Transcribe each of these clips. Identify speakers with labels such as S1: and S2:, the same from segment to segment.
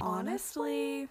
S1: honestly.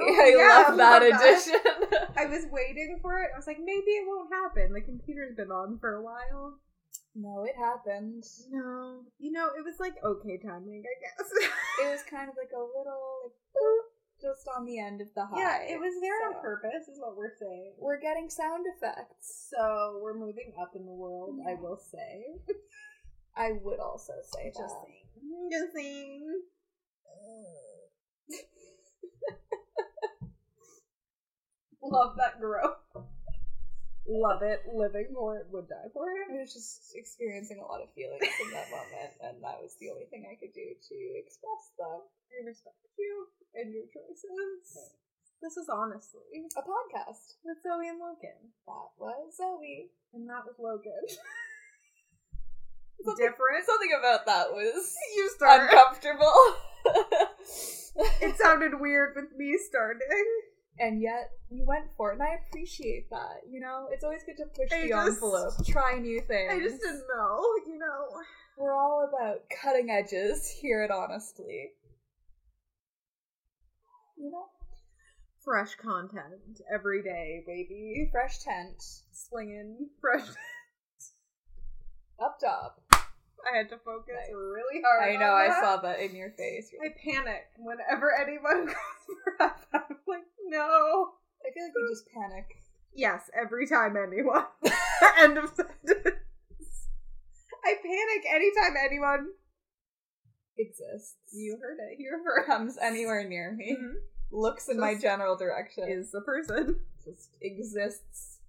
S2: I
S3: Yeah,
S2: love that
S3: I love that.
S2: addition.
S3: I was waiting for it. I was like, maybe it won't happen. The computer's been on for a while.
S2: no, it happened.
S3: No. You know, it was like okay timing, I guess.
S2: It was kind of like a little like boop, just on the end of the high.
S3: yeah, it was there
S2: so.
S3: on purpose, is what we're saying.
S2: We're getting sound effects.
S3: So we're moving up in the world, I will say.
S2: I would also say
S3: Just
S2: that.
S3: saying. Just saying. Love that growth. Love it. Living for it. Would die for it.
S2: I was just experiencing a lot of feelings in that moment, and that was the only thing I could do to express them.
S3: I respect you and your choices. This is honestly
S2: A podcast.
S3: with Zoe and Logan.
S2: That was Zoe.
S3: And that was Logan.
S2: Something-
S3: Different.
S2: Something about that was
S3: You start.
S2: uncomfortable.
S3: It sounded weird with me starting.
S2: and yet, you went for it, and I appreciate that. You know, it's always good to push
S3: I
S2: the
S3: just-
S2: envelope, try new things.
S3: I just didn't know, you know.
S2: We're all about cutting edges here at Honestly. You know,
S3: Fresh content every day, baby.
S2: fresh tent,
S3: Slinging fresh.
S2: up top.
S3: I had to focus really
S2: I
S3: hard.
S2: know,
S3: on
S2: I
S3: that.
S2: saw that in your face. You're
S3: I
S2: like,
S3: panic whenever anyone goes for that. I'm like, no.
S2: I feel like you just panic.
S3: Yes, every time anyone. End of sentence. I panic anytime anyone.
S2: Exists.
S3: You heard it here first.
S2: comes anywhere near me, looks in my
S3: Just
S2: general direction,
S3: Is the person
S2: just exists.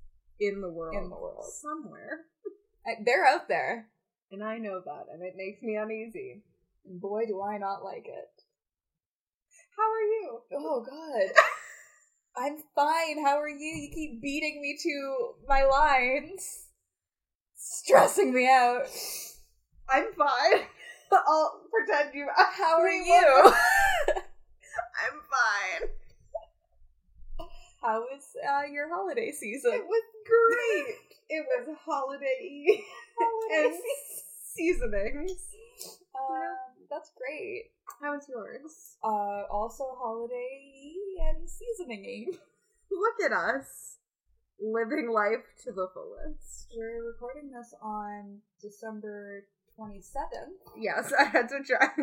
S3: in the world?
S2: In the world.
S3: somewhere.
S2: I- They're out there.
S3: And I know that, and it makes me uneasy.
S2: And boy, do I not like it.
S3: How are you?
S2: Oh, God. I'm fine. How are you? You keep beating me to my lines, stressing me out.
S3: I'm fine. I'll pretend you.
S2: How are
S3: We
S2: you?
S3: I'm fine.
S2: How was uh, your holiday
S3: It
S2: season?
S3: was great. it was holiday and seasonings.
S2: Um, that's great.
S3: How was yours?
S2: Uh, also holiday and seasoning.
S3: Look at us living life to the fullest.
S2: We're recording this on December 27th.
S3: Yes, I had to check.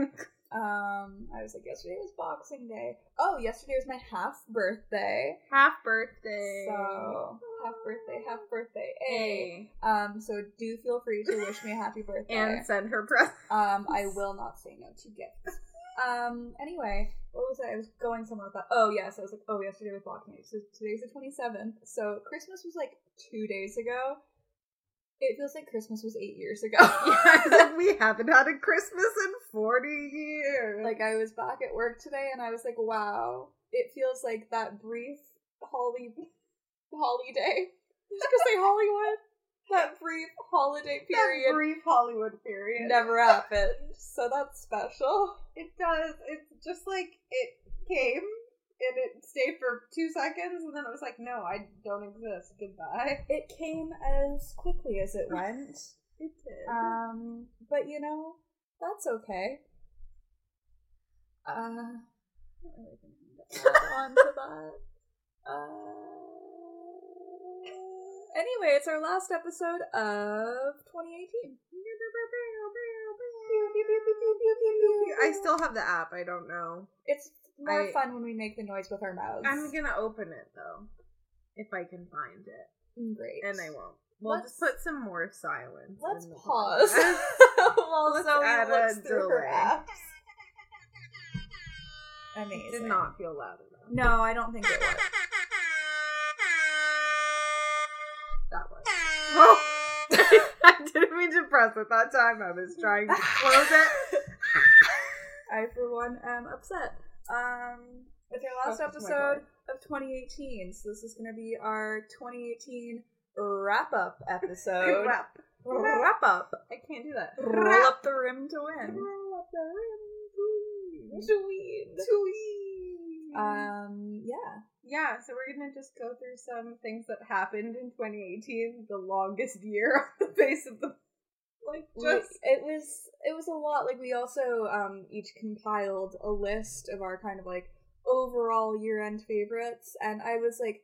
S2: Um, I was like, yesterday was Boxing Day. Oh, yesterday was my half birthday.
S3: Half birthday.
S2: So, half birthday, half birthday. Hey. Um, so do feel free to wish me a happy birthday.
S3: And send her presents.
S2: Um, I will not say no to gifts. Um, anyway, what was I? I was going somewhere with that. Oh, yes, I was like, oh, yesterday was Boxing Day. So today's the 27th. So Christmas was like two days ago. It feels like Christmas was eight years ago.
S3: Yes, we haven't had a Christmas in 40 years.
S2: like, I was back at work today and I was like, wow, it feels like that brief Holly, Holly day. I was gonna say Hollywood. That brief holiday
S3: that
S2: period
S3: brief Hollywood period.
S2: never happened. So that's special.
S3: It does. It's just like it came and it stayed for two seconds, and then it was like, no, I don't exist. Goodbye.
S2: It came as quickly as it went.
S3: It did.
S2: Um, but you know, that's okay. Uh, not really gonna add on to that. Uh, anyway, it's our last episode of 2018.
S3: I still have the app. I don't know.
S2: It's more
S3: I-
S2: fun when we make the noise with our mouths.
S3: I'm gonna open it though, if I can find it,
S2: great,
S3: and I won't. We'll just
S2: Let's-
S3: put some more silence.
S2: Let's
S3: in the
S2: pause
S3: podcast.
S2: while
S3: Let's
S2: Zoe
S3: add
S2: looks
S3: a
S2: through her
S3: delay.
S2: app.
S3: It
S2: Amazing.
S3: did not feel loud enough.
S2: No, I don't think it was.
S3: that was. Oh, I didn't mean to press at that time. I was trying to close it.
S2: I, for one, am upset. Um, it's our last
S3: Oh my
S2: episode of 2018, so this is going to be our 2018 wrap up episode.
S3: Wrap.
S2: wrap up.
S3: I can't do that.
S2: Roll up the rim to win.
S3: Roll up the rim. Tweet.
S2: Tweet.
S3: Tweet.
S2: Um, yeah.
S3: yeah, so we're gonna just go through some things that happened in 2018, the longest year on the face of the like just
S2: We- it was it was a lot. Like we also um each compiled a list of our kind of like overall year end favorites, and I was like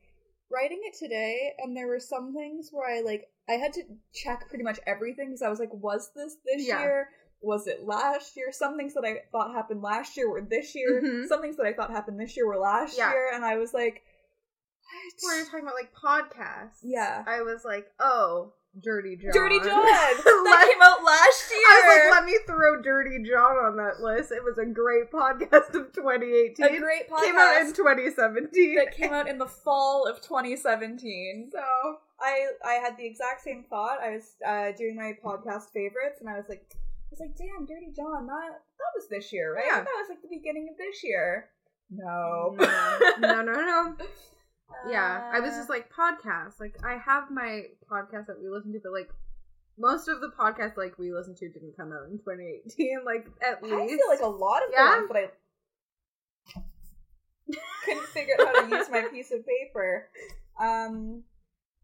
S2: writing it today, and there were some things where I like I had to check pretty much everything because I was like, was this this
S3: Yeah.
S2: year? Was it last year? Some things that I thought happened last year were this year.
S3: Mhm.
S2: Some things that I thought happened this year were last
S3: Yeah.
S2: year, and I was like,
S3: when you're
S2: what?
S3: talking about like podcasts.
S2: Yeah.
S3: I was like, oh, Dirty John.
S2: Dirty John that
S3: Let-
S2: came out last year.
S3: I was like, let me throw Dirty John on that list. It was a great podcast of 2018.
S2: a great podcast.
S3: Came out in 2017.
S2: that came out in the fall of 2017.
S3: So
S2: I I had the exact same thought. I was uh, doing my podcast favorites, and I was like, I was like, damn, Dirty John, that that was this year, right?
S3: Yeah.
S2: That was like the beginning of this year. No.
S3: no, no, no. Yeah, I was just like podcasts. Like I have my podcast that we listen to, but like most of the podcasts like we listened to didn't come out in 2018. Like at least
S2: I feel like a lot of
S3: Yeah.
S2: them, but I couldn't figure out how to use my piece of paper. Um,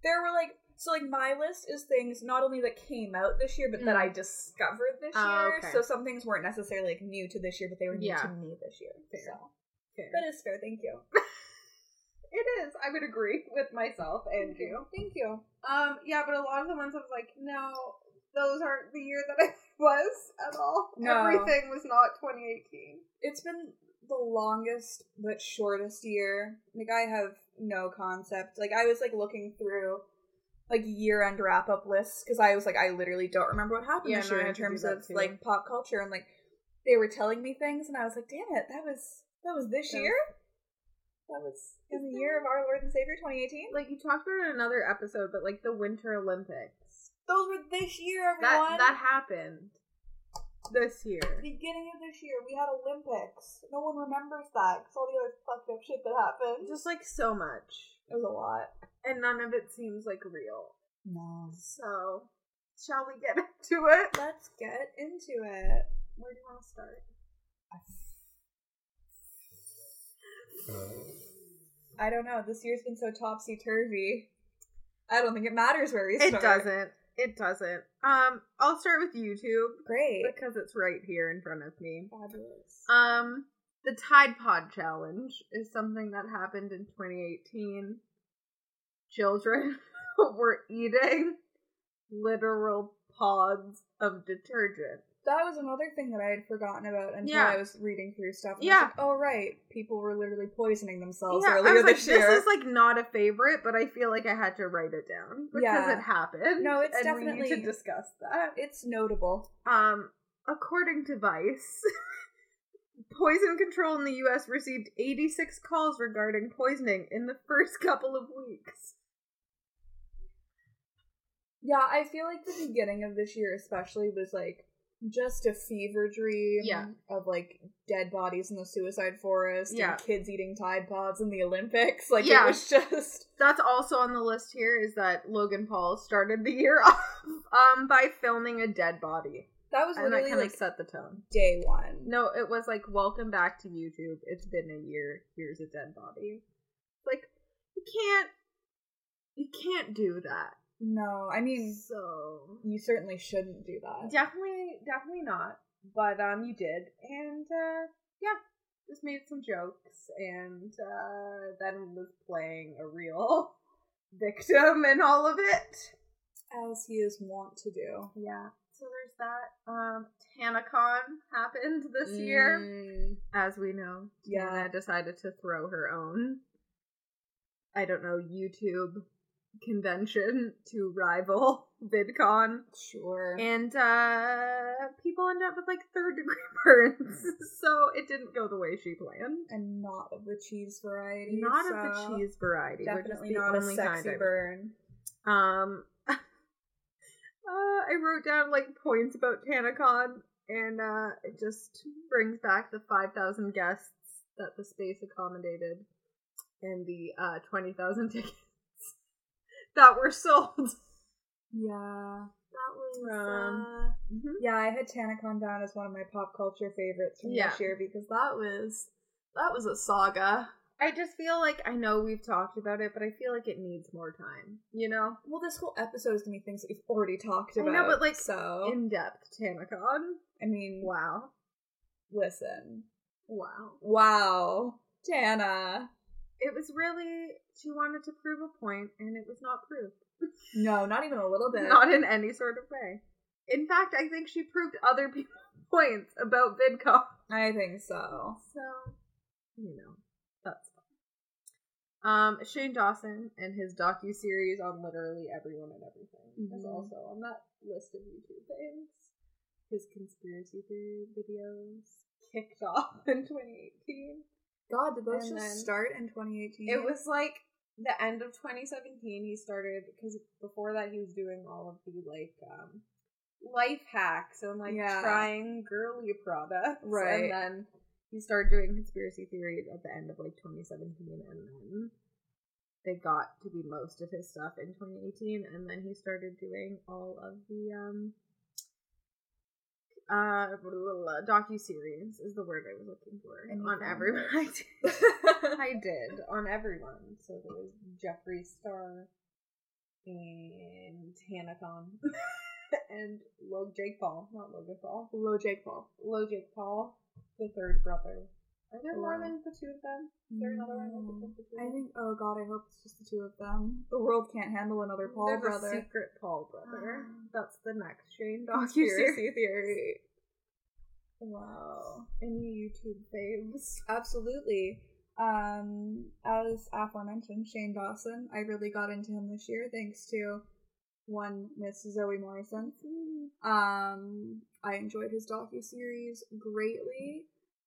S2: there were like so like my list is things not only that came out this year, but that
S3: Mm.
S2: I discovered this
S3: Oh,
S2: year.
S3: okay.
S2: So some things weren't necessarily like new to this year, but they were new
S3: Yeah.
S2: to me this year.
S3: Fair.
S2: So
S3: Fair.
S2: that is fair. Thank you.
S3: it is. I would agree with myself and you.
S2: Thank you.
S3: Um, yeah, but a lot of the ones I was like, no, those aren't the year that I was at all.
S2: No.
S3: Everything was not 2018.
S2: It's been the longest but shortest year. Like I have no concept. Like I was like looking through like year end wrap up lists because I was like I literally don't remember what happened
S3: Yeah,
S2: this
S3: no,
S2: year in
S3: I had to do
S2: terms
S3: that
S2: of
S3: too.
S2: like pop culture and like they were telling me things and I was like, damn it, that was that was this
S3: That was-
S2: year. That was in the year of our Lord and Savior 2018.
S3: Like you talked about it in another episode, but like the Winter Olympics.
S2: Those were this year,
S3: That
S2: everyone.
S3: that happened this year.
S2: Beginning of this year, we had Olympics. No one remembers that because all the other fucked up shit that happened.
S3: Just like so much.
S2: it was a lot.
S3: And none of it seems like real.
S2: No.
S3: So shall we get into it?
S2: Let's get into it.
S3: Where do you want to start?
S2: I don't know. This year's been so topsy turvy. I don't think it matters where we
S3: It
S2: start.
S3: doesn't. It doesn't. Um, I'll start with YouTube
S2: Great.
S3: because it's right here in front of me.
S2: Fabulous.
S3: Um, the Tide Pod Challenge is something that happened in 2018. Children were eating literal pods of detergent.
S2: that was another thing that I had forgotten about until
S3: Yeah.
S2: I was reading through stuff. And I
S3: Yeah.
S2: was like, oh right, people were literally poisoning themselves
S3: Yeah, I
S2: earlier
S3: was like,
S2: this
S3: this
S2: year.
S3: is like not a favorite, but I feel like I had to write it down because
S2: Yeah.
S3: it happened.
S2: No, it's
S3: and we need
S2: definitely-
S3: to discuss that.
S2: it's notable.
S3: Um, according to Vice, poison control in the U.S. received 86 calls regarding poisoning in the first couple of weeks.
S2: Yeah, I feel like the beginning of this year especially was like just a fever dream
S3: Yeah.
S2: of like dead bodies in the suicide forest
S3: Yeah.
S2: and kids eating Tide Pods in the Olympics. Like
S3: Yeah.
S2: it was just
S3: That's also on the list here is that Logan Paul started the year off um by filming a dead body,
S2: that was
S3: and that
S2: literally
S3: kind of
S2: like
S3: set the tone.
S2: day one.
S3: No, it was like, welcome back to YouTube. It's been a year. Here's a dead body. Like, you can't, you can't do that.
S2: No, I mean
S3: So
S2: you certainly shouldn't do that.
S3: definitely, definitely not. But um, you did, and uh, yeah, just made some jokes, and uh, then was playing a real victim in all of it.
S2: As he is wont to do.
S3: Yeah. So there's that. Um, TanaCon happened this year.
S2: Mm.
S3: as we know,
S2: Yeah.
S3: Diana decided to throw her own, I don't know, YouTube convention to rival VidCon.
S2: Sure.
S3: And uh people end up with like third degree burns. so it didn't go the way she planned.
S2: and not of the cheese variety.
S3: Not
S2: so
S3: of the cheese variety, which is
S2: Definitely
S3: the
S2: not a
S3: only
S2: sexy
S3: kind I-
S2: burn.
S3: Um Uh, Um, I wrote down like points about TanaCon, and uh, it just brings back the 5,000 guests that the space accommodated and the uh, 20,000 tickets that were sold.
S2: Yeah. That was.
S3: Um,
S2: uh, yeah, I had TanaCon down as one of my pop culture favorites from
S3: Yeah.
S2: this year because that was that was a saga.
S3: I just feel like I know we've talked about it, but I feel like it needs more time, you know?
S2: Well, this whole episode is gonna be things that we've already talked
S3: I know,
S2: about.
S3: but, like,
S2: so
S3: In depth TanaCon.
S2: I mean,
S3: Wow.
S2: listen,
S3: Wow.
S2: wow, Tana.
S3: It was really, she wanted to prove a point, and it was not proved.
S2: No, not even a little bit.
S3: Not in any sort of way. In fact, I think she proved other people's points about VidCon.
S2: I think so.
S3: So, you know, that's fun. Um, Shane Dawson and his docu series on literally everyone and everything is
S2: Mhm.
S3: also on that list of YouTube things. His conspiracy theory videos kicked off in 2018.
S2: God, did those
S3: And
S2: just
S3: then-
S2: start in 2018?
S3: It was like the end of 2017 he started because before that he was doing all of the like um life hacks and like
S2: Yeah.
S3: trying girly products.
S2: Right.
S3: And then he started doing conspiracy theories at the end of like 2017 and then they got to be most of his stuff in 2018 and then he started doing all of the um uh docu series is the word I was looking for
S2: And you
S3: on
S2: found
S3: everyone
S2: it.
S3: I did. I did on everyone. So there was Jeffree Star and Hanacon and Log Jake Paul, not Logan Paul,
S2: Low Jake Paul.
S3: Log Jake Paul, the third brother. Are there more
S2: Wow.
S3: than the two of them? Is there another one? that's
S2: No.
S3: just the two of
S2: I
S3: them?
S2: think. Oh God, I hope it's just the two of them. The world can't handle another Paul
S3: There's
S2: brother.
S3: A secret Paul brother.
S2: Ah.
S3: That's the next Shane docuseries.
S2: conspiracy theory. Wow.
S3: Any YouTube faves?
S2: Absolutely. Um, as aforementioned, Shane Dawson. I really got into him this year thanks to one Miss Zoe Morrison. Um, I enjoyed his docu series greatly.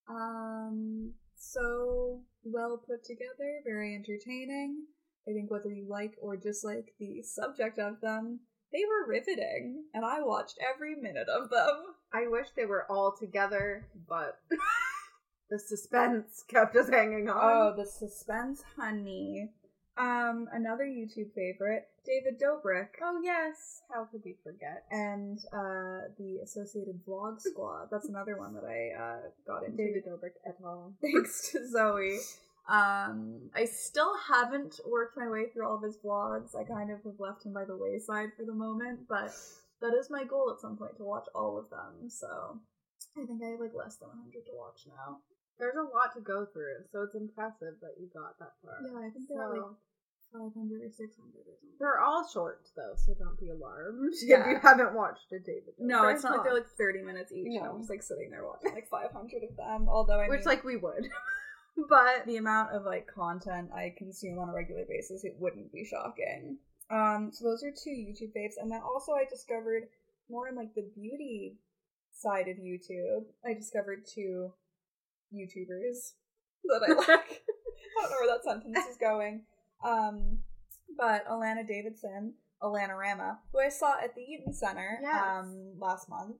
S2: Um, so well put together, very entertaining. I think whether you like or dislike the subject of them, they were riveting, and I watched every minute of them.
S3: I wish they were all together, but the suspense kept us hanging on.
S2: Oh, the suspense, honey. Um, another YouTube favorite, David Dobrik,
S3: Oh yes, how could we forget?
S2: and uh, the Associated Vlog Squad. That's another one that I uh, got into.
S3: David Dobrik et al.
S2: Thanks to Zoe. Um, I still haven't worked my way through all of his vlogs. I kind of have left him by the wayside for the moment, but that is my goal at some point to watch all of them. So I think I have like less than 100 to watch now.
S3: There's a lot to go through, so it's impressive that you got that far.
S2: Yeah, I think they're at, like
S3: So,
S2: 500 or 600 or something.
S3: they're all short though, so don't be alarmed if you
S2: Yeah.
S3: haven't watched a David.
S2: No,
S3: Dobrik
S2: it's not like they're
S3: vlog,
S2: like 30 minutes each.
S3: No.
S2: I'm just like sitting there watching like 500 of them. Although I mean,
S3: which like we would, but
S2: the amount of like content I consume on a regular basis, it wouldn't be shocking. Um, so those are two YouTube faves, and then also I discovered more in like the beauty side of YouTube. I discovered two YouTubers that I like. I don't know where that sentence is going. Um, but Alana Davidson, Alana Rama, who I saw at the Eaton Center
S3: Yes.
S2: um, last month.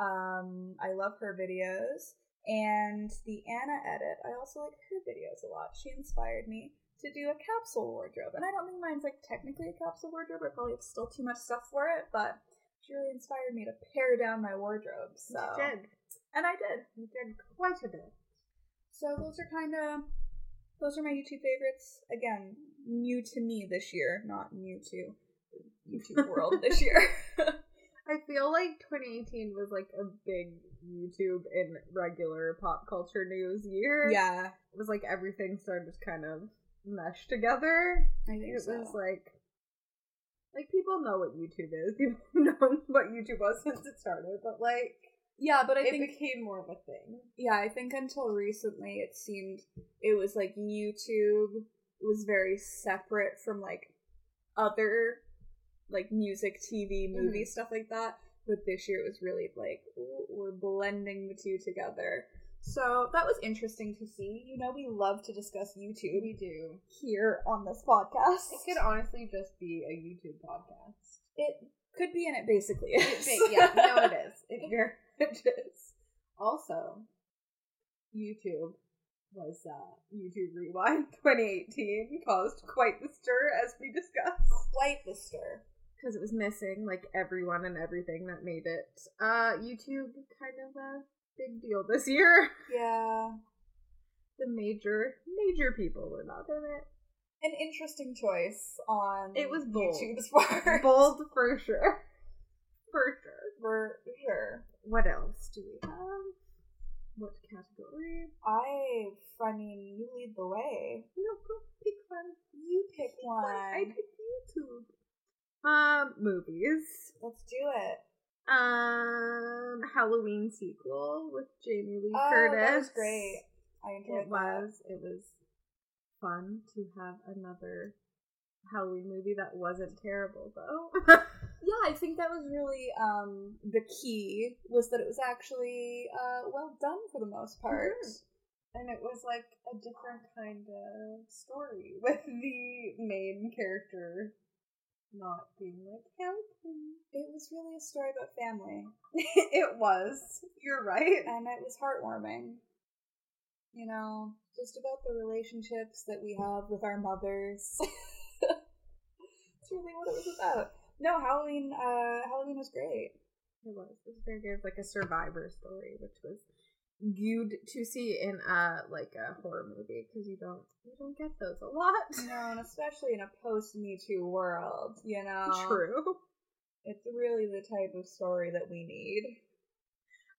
S2: Um, I love her videos. And the Anna edit, I also like her videos a lot. She inspired me to do a capsule wardrobe. And I don't think mine's like technically a capsule wardrobe. I probably have still too much stuff for it, but she really inspired me to pare down my wardrobe. So
S3: you did,
S2: and I did.
S3: you did quite a bit.
S2: So those are kind of those are my YouTube favorites. Again, new to me this year, not new to the YouTube world this year.
S3: I feel like 2018 was like a big YouTube and regular pop culture news year.
S2: yeah,
S3: it was like everything started to kind of mesh together.
S2: I think
S3: It
S2: so.
S3: was like, like people know what YouTube is. People know what YouTube was since it started, but like
S2: yeah, but I
S3: it
S2: think
S3: became more of a thing.
S2: yeah, I think until recently it seemed it was like YouTube was very separate from like other like music, TV,
S3: Mm-hmm.
S2: movie stuff like that. But this year it was really like ooh, we're blending the two together. So that was interesting to see. You know, we love to discuss YouTube
S3: do.
S2: here on this podcast.
S3: It could honestly just be a YouTube podcast.
S2: It could be in it basically. is.
S3: But yeah, no, it is. If you're it is. Also, YouTube was uh, YouTube Rewind 2018 caused quite the stir as we discussed
S2: Quite the stir.
S3: because it was missing like everyone and everything that made it. Uh, YouTube kind of a big deal this year.
S2: Yeah.
S3: The major major people were not in it.
S2: An interesting choice on
S3: It was bold.
S2: YouTube's part.
S3: Bold for sure, for sure.
S2: For sure.
S3: What else do we have? What category?
S2: I I mean you lead the way.
S3: No, go pick one.
S2: You pick one.
S3: I picked YouTube. Um, movies.
S2: Let's do it.
S3: Um, Halloween sequel with Jamie Lee
S2: Oh,
S3: Curtis.
S2: that was great. I enjoyed that.
S3: It was. It was fun to have another Halloween movie that wasn't terrible, though.
S2: Yeah, I think that was really um, the key was that it was actually uh, well done for the most part.
S3: Mhm. and it was like a different kind of story with the main character not being like help me.
S2: It was really a story about family,
S3: it was. You're right.
S2: and it was heartwarming. You know, just about the relationships that we have with our mothers. That's really what it was about. No, Halloween. Uh, Halloween was great.
S3: It was. It was very good. Like a survivor story, which was good to see in a like a horror movie because you don't you don't get those a
S2: You
S3: lot.
S2: know, and especially in a post Me Too world, you know,
S3: True.
S2: it's really the type of story that we need.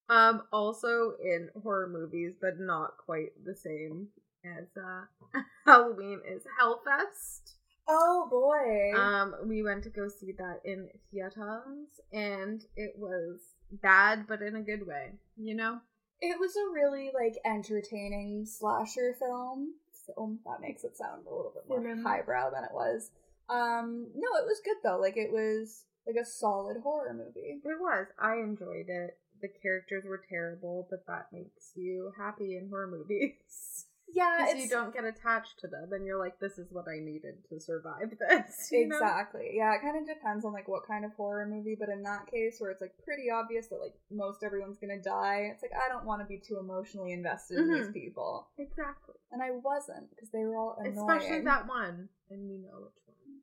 S3: Um. Also in horror movies, but not quite the same as uh, Halloween is Hellfest.
S2: Oh boy.
S3: Um. We went to go see that in theaters, and it was bad, but in a good way. You know.
S2: It was a really like entertaining slasher film. Film that makes it sound a little bit more
S3: Film.
S2: highbrow than it was. Um, no, it was good though. Like it was like a solid horror movie.
S3: It was. I enjoyed it. The characters were terrible, but that makes you happy in horror movies.
S2: Yeah,
S3: Because you don't get attached to them, and you're like, "This is what I needed to survive this." you know?
S2: exactly. Yeah, it kind of depends on like what kind of horror movie. But in that case, where it's like pretty obvious that like most everyone's gonna die, it's like I don't want to be too emotionally invested in these
S3: Mhm.
S2: people,
S3: Exactly.
S2: and I wasn't because they were all annoying.
S3: Especially that one, and we know which one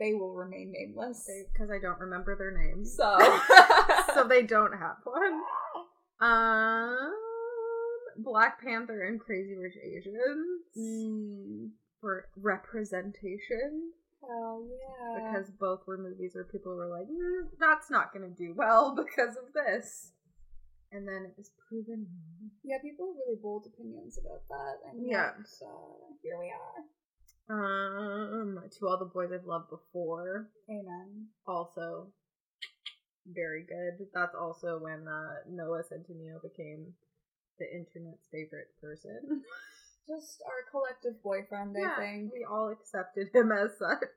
S2: they will remain nameless.
S3: because I don't remember their names,
S2: So,
S3: so they don't have one. Um, Black Panther and Crazy Rich Asians
S2: Mm,
S3: for representation.
S2: hell yeah.
S3: because both were movies where people were like, mm, "That's not going to do well because of this," and then it was proven wrong.
S2: yeah, people have really bold opinions about that. And
S3: Yeah.
S2: yet, uh, here we are.
S3: Um, to all the boys I've loved before,
S2: Amen.
S3: also very good. That's also when uh, Noah Centineo became the internet's favorite person.
S2: Just our collective boyfriend, I think.
S3: we all accepted him as such.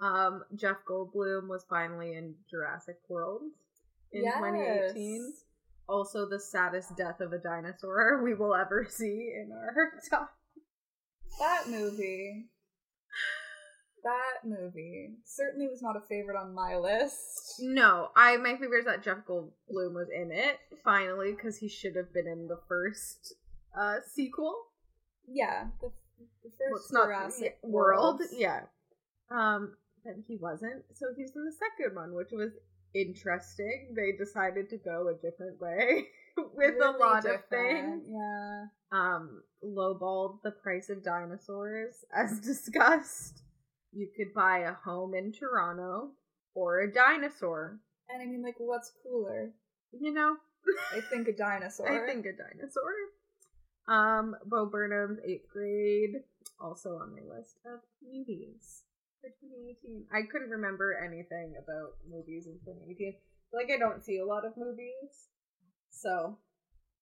S3: Um, Jeff Goldblum was finally in Jurassic World in
S2: Yes.
S3: 2018. also the saddest death of a dinosaur we will ever see in our time.
S2: That movie. That movie certainly was not a favorite on my list.
S3: No, I my favorite is that Jeff Goldblum was in it finally because he should have been in the first uh sequel.
S2: Yeah, the, the first
S3: Well, it's not
S2: Jurassic
S3: yeah, world.
S2: World.
S3: yeah. Um, but he wasn't, so he was in the second one, which was interesting. They decided to go a different way with a
S2: Really
S3: lot of
S2: different,
S3: things.
S2: Yeah.
S3: um lowballed the price of dinosaurs as discussed. You could buy a home in Toronto or a dinosaur.
S2: And I mean, like, what's cooler?
S3: You know,
S2: I think a dinosaur.
S3: I think a dinosaur. Um, Bo Burnham's eighth grade, also on my list of movies for 2018. I couldn't remember anything about movies in 2018. Like, I don't see a lot of movies, so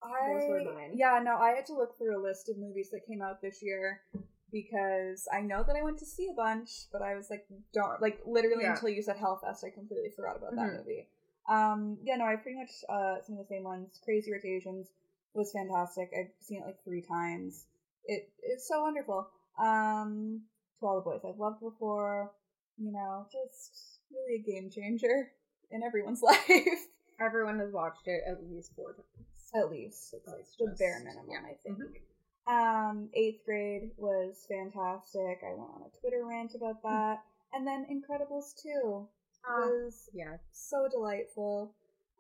S3: Those were
S2: I-
S3: mine.
S2: Yeah, no, I had to look through a list of movies that came out this year because I know that I went to see a bunch, but I was like, darn, like literally
S3: Yeah.
S2: until you said Hellfest, I completely forgot about that
S3: Mhm.
S2: movie. Um, yeah, no, I pretty much uh some of the same ones. Crazy Rich Asians was fantastic. I've seen it like three times. It is so wonderful. Um, to all the boys I've loved before, you know, just really a game changer in everyone's life.
S3: Everyone has watched it at least four times.
S2: At least. It's like
S3: That's
S2: the
S3: just-
S2: bare minimum,
S3: yeah. Mm-hmm.
S2: I think. Um, eighth grade was fantastic. I went on a Twitter rant
S3: Mm.
S2: about that. And then Incredibles 2
S3: Um,
S2: was
S3: yeah,
S2: so delightful.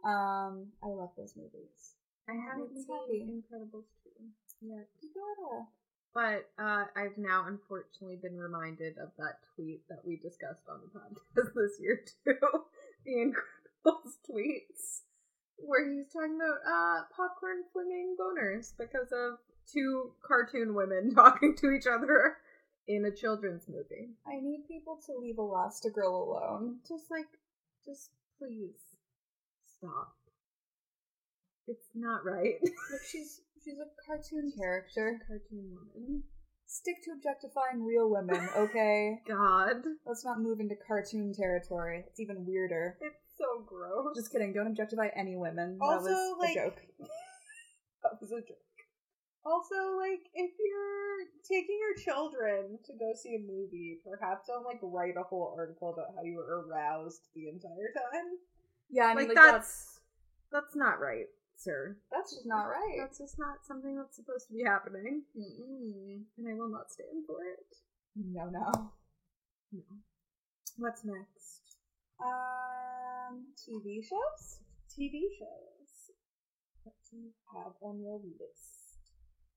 S2: Um, I love those movies.
S3: I haven't
S2: it's
S3: seen
S2: heavy.
S3: Incredibles two yet,
S2: You gotta.
S3: but uh, I've now unfortunately been reminded of that tweet that we discussed on the podcast this year too. the Incredibles tweets, where he's talking about uh, popcorn flinging boners because of two cartoon women talking to each other in a children's movie.
S2: I need people to leave Elastigirl alone.
S3: just like just please stop it's not right
S2: Like she's she's a cartoon character.
S3: cartoon woman
S2: Stick to objectifying real women, okay?
S3: god
S2: Let's not move into cartoon territory. It's even weirder.
S3: it's so gross
S2: Just kidding. Don't objectify any women.
S3: Also,
S2: that was
S3: like-
S2: a joke. that was a joke.
S3: also like if you're taking your children to go see a movie perhaps don't like write a whole article about how you were aroused the entire time
S2: Yeah, I mean, like,
S3: like,
S2: that's,
S3: that's that's not right sir
S2: that's just not right.
S3: that's just not something that's supposed to be happening
S2: Mm-mm.
S3: and i will not stand for it
S2: No, no.
S3: no what's next
S2: Um, TV shows.
S3: TV shows that you have on your list.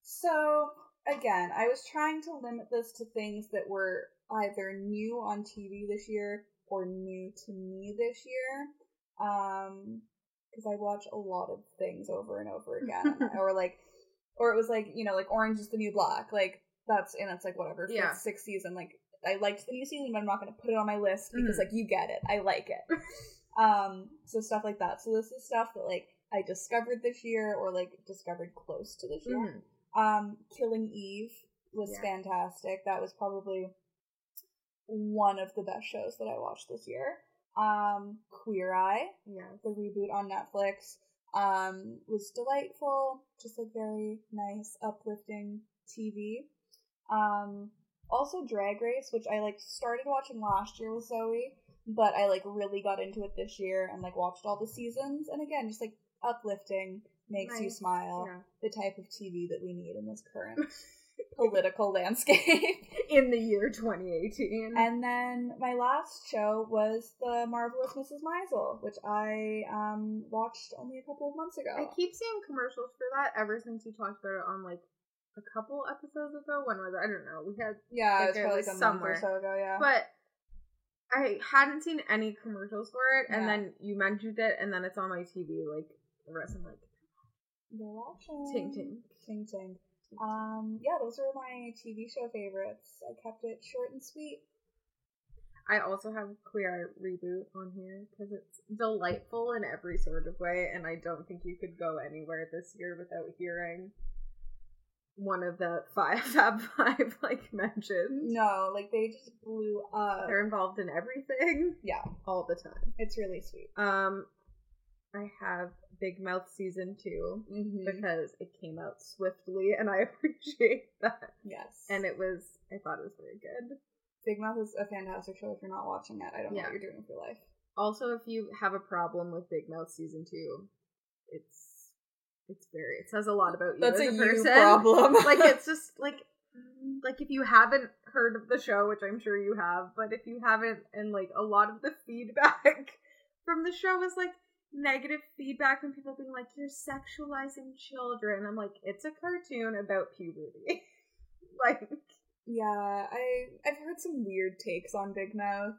S2: So again, I was trying to limit this to things that were either new on TV this year or new to me this year. Um, because I watch a lot of things over and over again, and I- or like, or it was like you know like Orange is the New Black, like that's and it's like whatever,
S3: Yeah.
S2: yeah, sixth season. Like I liked the new season, but I'm not going to put it on my list because
S3: Mhm.
S2: like you get it, I like it. um, so stuff like that. So this is stuff that like I discovered this year, or like discovered close to this year.
S3: Mm-hmm.
S2: Um, Killing Eve was
S3: Yeah.
S2: fantastic. That was probably one of the best shows that I watched this year. Um, Queer Eye,
S3: Yeah.
S2: the reboot on Netflix, um, was delightful. Just like very nice, uplifting TV. Um, also Drag Race, which I like started watching last year with Zoe, but I like really got into it this year and like watched all the seasons. And again, just like uplifting, makes you
S3: Nice.
S2: smile
S3: yeah.
S2: the type of TV that we need in this current political landscape.
S3: In the year 2018.
S2: and then my last show was The Marvelous Mrs. Maisel, which I um, watched only a couple of months
S3: I
S2: ago.
S3: keep seeing commercials for that ever since you talked about it on like a couple episodes ago. When was it? I don't know. We had,
S2: yeah,
S3: like,
S2: it was
S3: it
S2: probably
S3: was
S2: like a
S3: somewhere.
S2: month or so ago. Yeah,
S3: but I hadn't seen any commercials for it. And
S2: Yeah.
S3: then you mentioned it, and then it's on my TV like the rest. I'm like,
S2: you're watching.
S3: ting ting.
S2: ting ting. Um, yeah, those were my TV show favorites. I kept it short and sweet.
S3: I also have Queer Eye Reboot on here because it's delightful in every sort of way, and I don't think you could go anywhere this year without hearing one of the five Fab Five like mentioned.
S2: No, like they just blew up.
S3: They're involved in everything.
S2: Yeah.
S3: all the time.
S2: It's really sweet.
S3: Um, I have Big Mouth season 2
S2: Mm-hmm.
S3: because it came out swiftly, and I appreciate that.
S2: Yes,
S3: And it was, I thought it was very good.
S2: Big Mouth is a fantastic show. If you're not watching it, I don't know
S3: Yeah.
S2: what you're doing with your life.
S3: Also, if you have a problem with Big Mouth season two, it's it's very it says a lot about you
S2: That's
S3: as
S2: a
S3: a,
S2: you
S3: person.
S2: problem.
S3: like it's just like like if you haven't heard of the show, which I'm sure you have, but if you haven't, and like a lot of the feedback from the show is like negative feedback from people being like you're sexualizing children. I'm like it's a cartoon about puberty. like
S2: Yeah, I I've heard some weird takes on Big Mouth.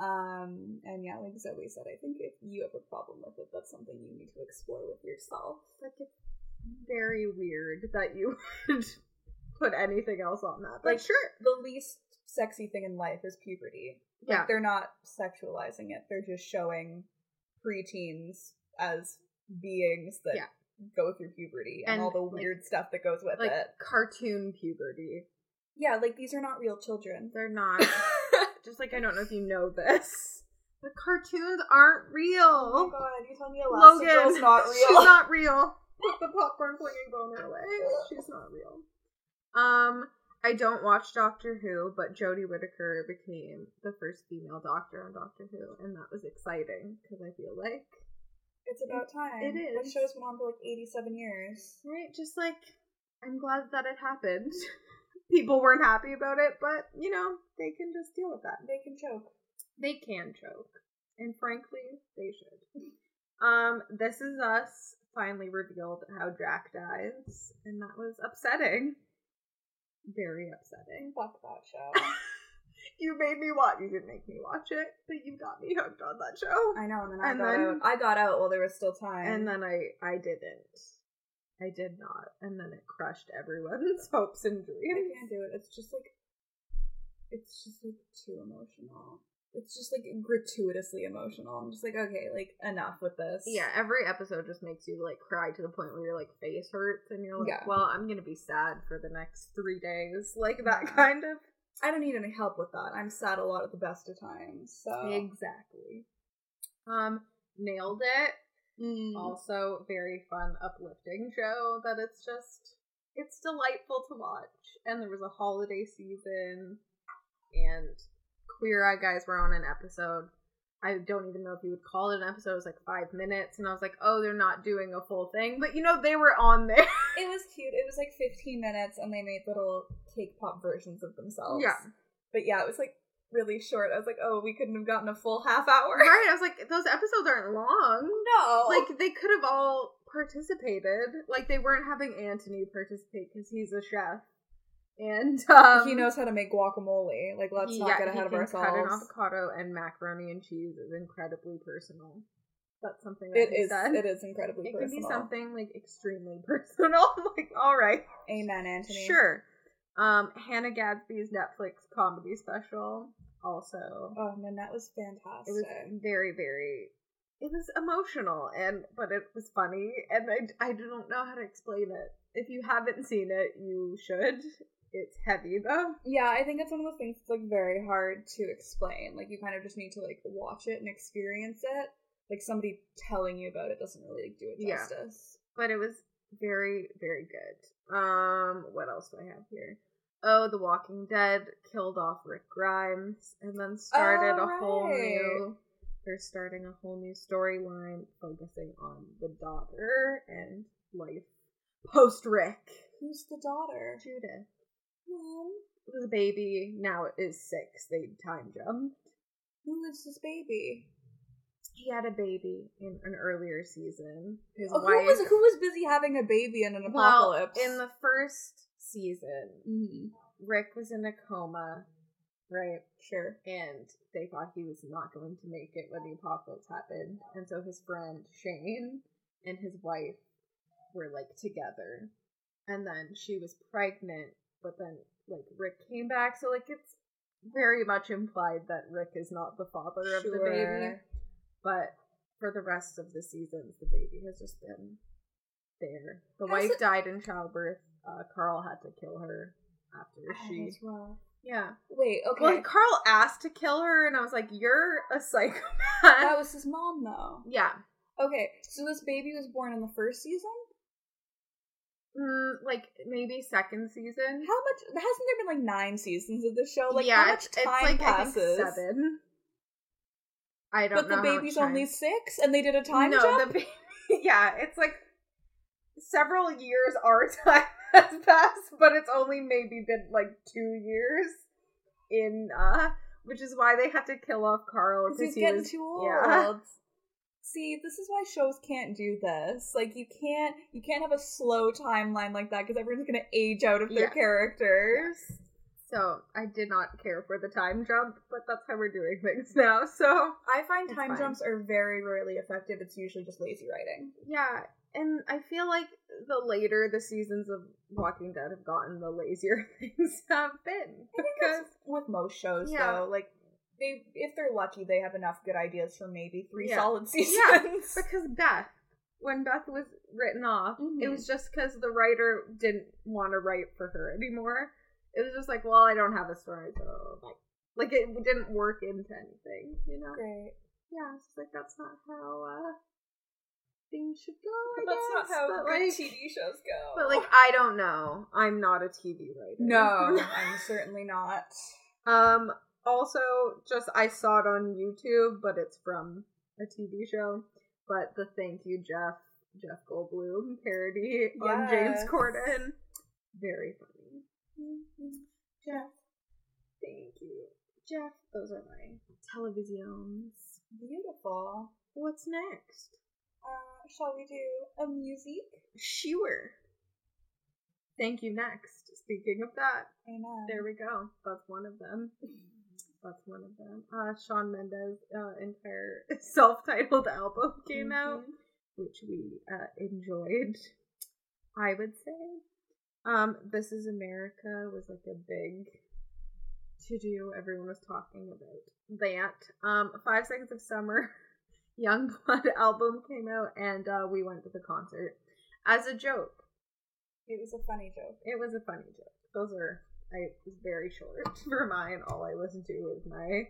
S2: Um, and yeah, like Zoe said, I think if you have a problem with it, that's something you need to explore with yourself.
S3: like it's very weird that you would put anything else on that. But
S2: Like,
S3: sure.
S2: The least sexy thing in life is puberty. Like,
S3: Yeah.
S2: they're not sexualizing it; they're just showing preteens as beings that
S3: Yeah.
S2: go through puberty and,
S3: And,
S2: all the
S3: like-
S2: weird stuff that goes with
S3: Like
S2: it.
S3: cartoon puberty.
S2: Yeah, like these are not real children.
S3: They're not just like I don't know if you know this. The cartoons aren't
S2: Oh
S3: real.
S2: my god, you tell me
S3: Logan
S2: Elastigirl's not
S3: She's
S2: real.
S3: not real. Put the popcorn flinging boner away. She's not real. Um I don't watch Doctor Who, but Jodie Whittaker became the first female doctor on Doctor Who, and that was exciting because I feel like
S2: It's about time.
S3: it
S2: That
S3: is.
S2: show's been on for like 87 years.
S3: right, just like I'm glad that it happened. People weren't happy about it, but you know they can just deal with that.
S2: They can choke.
S3: They can choke, and frankly, they should. Um, this is us finally revealed how Drac dies, and that was upsetting. Very upsetting.
S2: Fuck that show.
S3: You made me watch. You didn't make me watch it, but you got me hooked on that show.
S2: I know, and then I
S3: And
S2: got
S3: then-
S2: out. I got out while there was still time.
S3: And then I, I didn't. I did not. And then it crushed everyone's hopes and
S2: I
S3: dreams.
S2: can't do it. It's just like it's just like too emotional. It's just like gratuitously emotional. I'm just like, okay, like enough with this.
S3: Yeah, every episode just makes you like cry to the point where your like face hurts, and you're like,
S2: Yeah.
S3: "Well, I'm gonna be sad for the next three days," like that
S2: Yeah.
S3: kind of.
S2: I don't need any help with that. I'm sad a lot at the best of times. So
S3: Exactly. Um, nailed it.
S2: Mm.
S3: Also, very fun, uplifting show that it's just, it's delightful to watch. And there was a holiday season, and Queer Eye guys were on an episode. I don't even know if you would call it an episode. It was like five minutes, and I was like, oh, they're not doing a full thing. But you know, they were on there.
S2: it was cute. It was like 15 minutes, and they made little cake pop versions of themselves.
S3: Yeah.
S2: but yeah, it was like really short. I was like, oh, we couldn't have gotten a full half hour.
S3: right? I was like, those episodes aren't long.
S2: no,
S3: like they could have all participated. Like they weren't having Anthony participate because he's a chef, and um,
S2: he knows how to make guacamole. Like, let's
S3: he-
S2: not
S3: yeah,
S2: get
S3: he
S2: ahead of
S3: can
S2: ourselves.
S3: Cut an avocado and macaroni and cheese is incredibly personal. That's something that
S2: It
S3: he
S2: is.
S3: said.
S2: It is incredibly
S3: It can
S2: personal.
S3: be something like extremely personal. like, all right,
S2: Amen, Anthony.
S3: sure. Um, Hannah Gadsby's Netflix comedy special also
S2: Oh man, that was fantastic.
S3: it was very very it was emotional and but it was funny and I, I don't know how to explain it if you haven't seen it you should it's heavy though
S2: yeah, I think it's one of those things that's like very hard to explain. Like you kind of just need to like watch it and experience it. Like somebody telling you about it doesn't really like do it
S3: Yeah.
S2: justice.
S3: but it was very very good um what else do i have here oh the walking dead killed off rick grimes and then started a whole
S2: right.
S3: new they're starting a whole new storyline focusing on the daughter and life post rick
S2: Who's the daughter?
S3: judith
S2: Mom,
S3: the baby now is six. They time jumped.
S2: who is this baby?
S3: He had a baby in an earlier season. His
S2: Oh,
S3: wife.
S2: who was who was busy having a baby in an
S3: well,
S2: apocalypse?
S3: in the first season,
S2: Mhm,
S3: Rick was in a coma, right?
S2: sure.
S3: And they thought he was not going to make it when the apocalypse happened. And so his friend Shane and his wife were like together. And then she was pregnant, but then like Rick came back. So like it's very much implied that Rick is not the father of the baby.
S2: Sure.
S3: But for the rest of the seasons, the baby has just been there. The
S2: Has
S3: wife
S2: it-
S3: died in childbirth. Uh, Carl had to kill her after
S2: Oh,
S3: she.
S2: that's rough.
S3: Yeah.
S2: Wait, okay.
S3: Well, Carl asked to kill her, and I was like, "You're a psychopath."
S2: that was his mom though.
S3: yeah.
S2: Okay, so this baby was born in the first season?
S3: Mm, like maybe second season.
S2: How much hasn't there been like nine seasons of this show? Like
S3: yeah,
S2: how much
S3: it's, it's
S2: time
S3: like
S2: passes?
S3: I think seven. I don't
S2: But
S3: know.
S2: the
S3: how
S2: baby's
S3: much time.
S2: only six, and they did a time
S3: no,
S2: jump.
S3: the baby. Yeah, it's like several years our time has passed, but it's only maybe been like two years in uh, which is why they had to kill off Carl
S2: 'Cause he's
S3: because he
S2: getting
S3: was
S2: too old.
S3: yeah.
S2: See, this is why shows can't do this. Like you can't you can't have a slow timeline like that because everyone's gonna age out of their
S3: Yeah.
S2: characters.
S3: So I did not care for the time jump, but that's how we're doing things now. So
S2: I find
S3: It's
S2: time
S3: fine.
S2: jumps are very rarely effective. It's usually just lazy writing.
S3: yeah, and I feel like the later the seasons of Walking Dead have gotten, the lazier things have been
S2: I think that's
S3: because
S2: with most shows
S3: Yeah.
S2: though, like they if they're lucky, they have enough good ideas for maybe three
S3: Yeah.
S2: solid seasons.
S3: because Beth, when Beth was written off, it
S2: Mhm.
S3: was just because the writer didn't want to write for her anymore. It was just like, well, I don't have a story, so like, like it didn't work into anything, you know?
S2: Great.
S3: Yeah, it's just like that's not how uh, things should go. I
S2: That's not
S3: guess,
S2: how
S3: but,
S2: good
S3: like,
S2: TV shows go.
S3: But like, I don't know. I'm not a TV writer.
S2: no, I'm certainly not.
S3: Um, also, just I saw it on YouTube, but it's from a TV show. But the thank you, Jeff, Jeff Goldblum parody on James
S2: Yes.
S3: Corden. Very funny.
S2: Mm-hmm.
S3: Jeff, thank you, Jeff. Those are my televisions.
S2: Beautiful.
S3: What's next?
S2: Uh, shall we do a music?
S3: Sure. Thank you. Next. Speaking of that,
S2: Amen.
S3: There we go. That's one of them. That's one of them. Uh, Sean Mendes' uh, entire self-titled album came out,
S2: Mhm.
S3: which we uh, enjoyed. I would say, um, "This Is America" was like a big to do. Everyone was talking about that. Um, Five Seconds of Summer, Youngblood album came out, and uh, we went to the concert as a joke.
S2: It was a funny joke.
S3: It was a funny joke. Those are I was very short for mine. All I listened to was my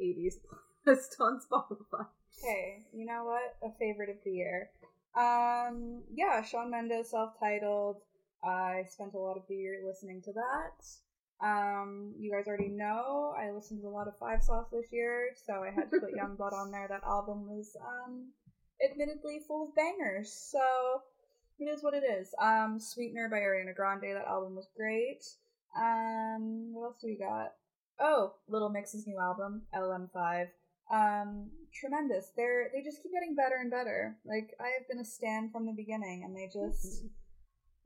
S3: '80s playlist on Spotify.
S2: Hey, you know what? A favorite of the year. Um, yeah, Sean Mendes, self-titled. I spent a lot of the year listening to that. Um, you guys already know I listened to a lot of Five Sauce this year, so I had to put Youngblood on there. That album was, um, admittedly full of bangers, so it is what it is. Um, Sweetener by Ariana Grande. That album was great. Um, what else do we got? Oh, Little Mix's new album, LM5 um tremendous they're they just keep getting better and better like i have been a stan from the beginning and they just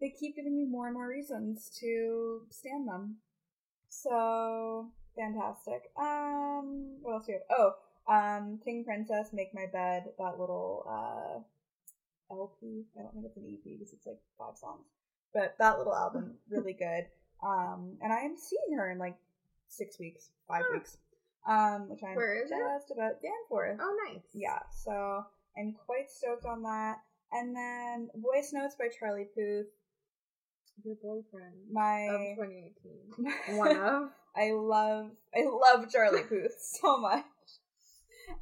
S2: they keep giving me more and more reasons to stand them so fantastic um what else do we have oh um king princess make my bed that little uh lp i don't think it's an ep because it's like five songs but that little album really good um and i am seeing her in like six weeks five
S3: Huh.
S2: weeks um which i'm
S3: Where is it?
S2: just about Danforth.
S3: Oh, nice.
S2: Yeah, so I'm quite stoked on that. And then Voice Notes by Charlie Puth.
S3: your boyfriend of
S2: My
S3: 2018. One of
S2: I love I love Charlie Puth so much.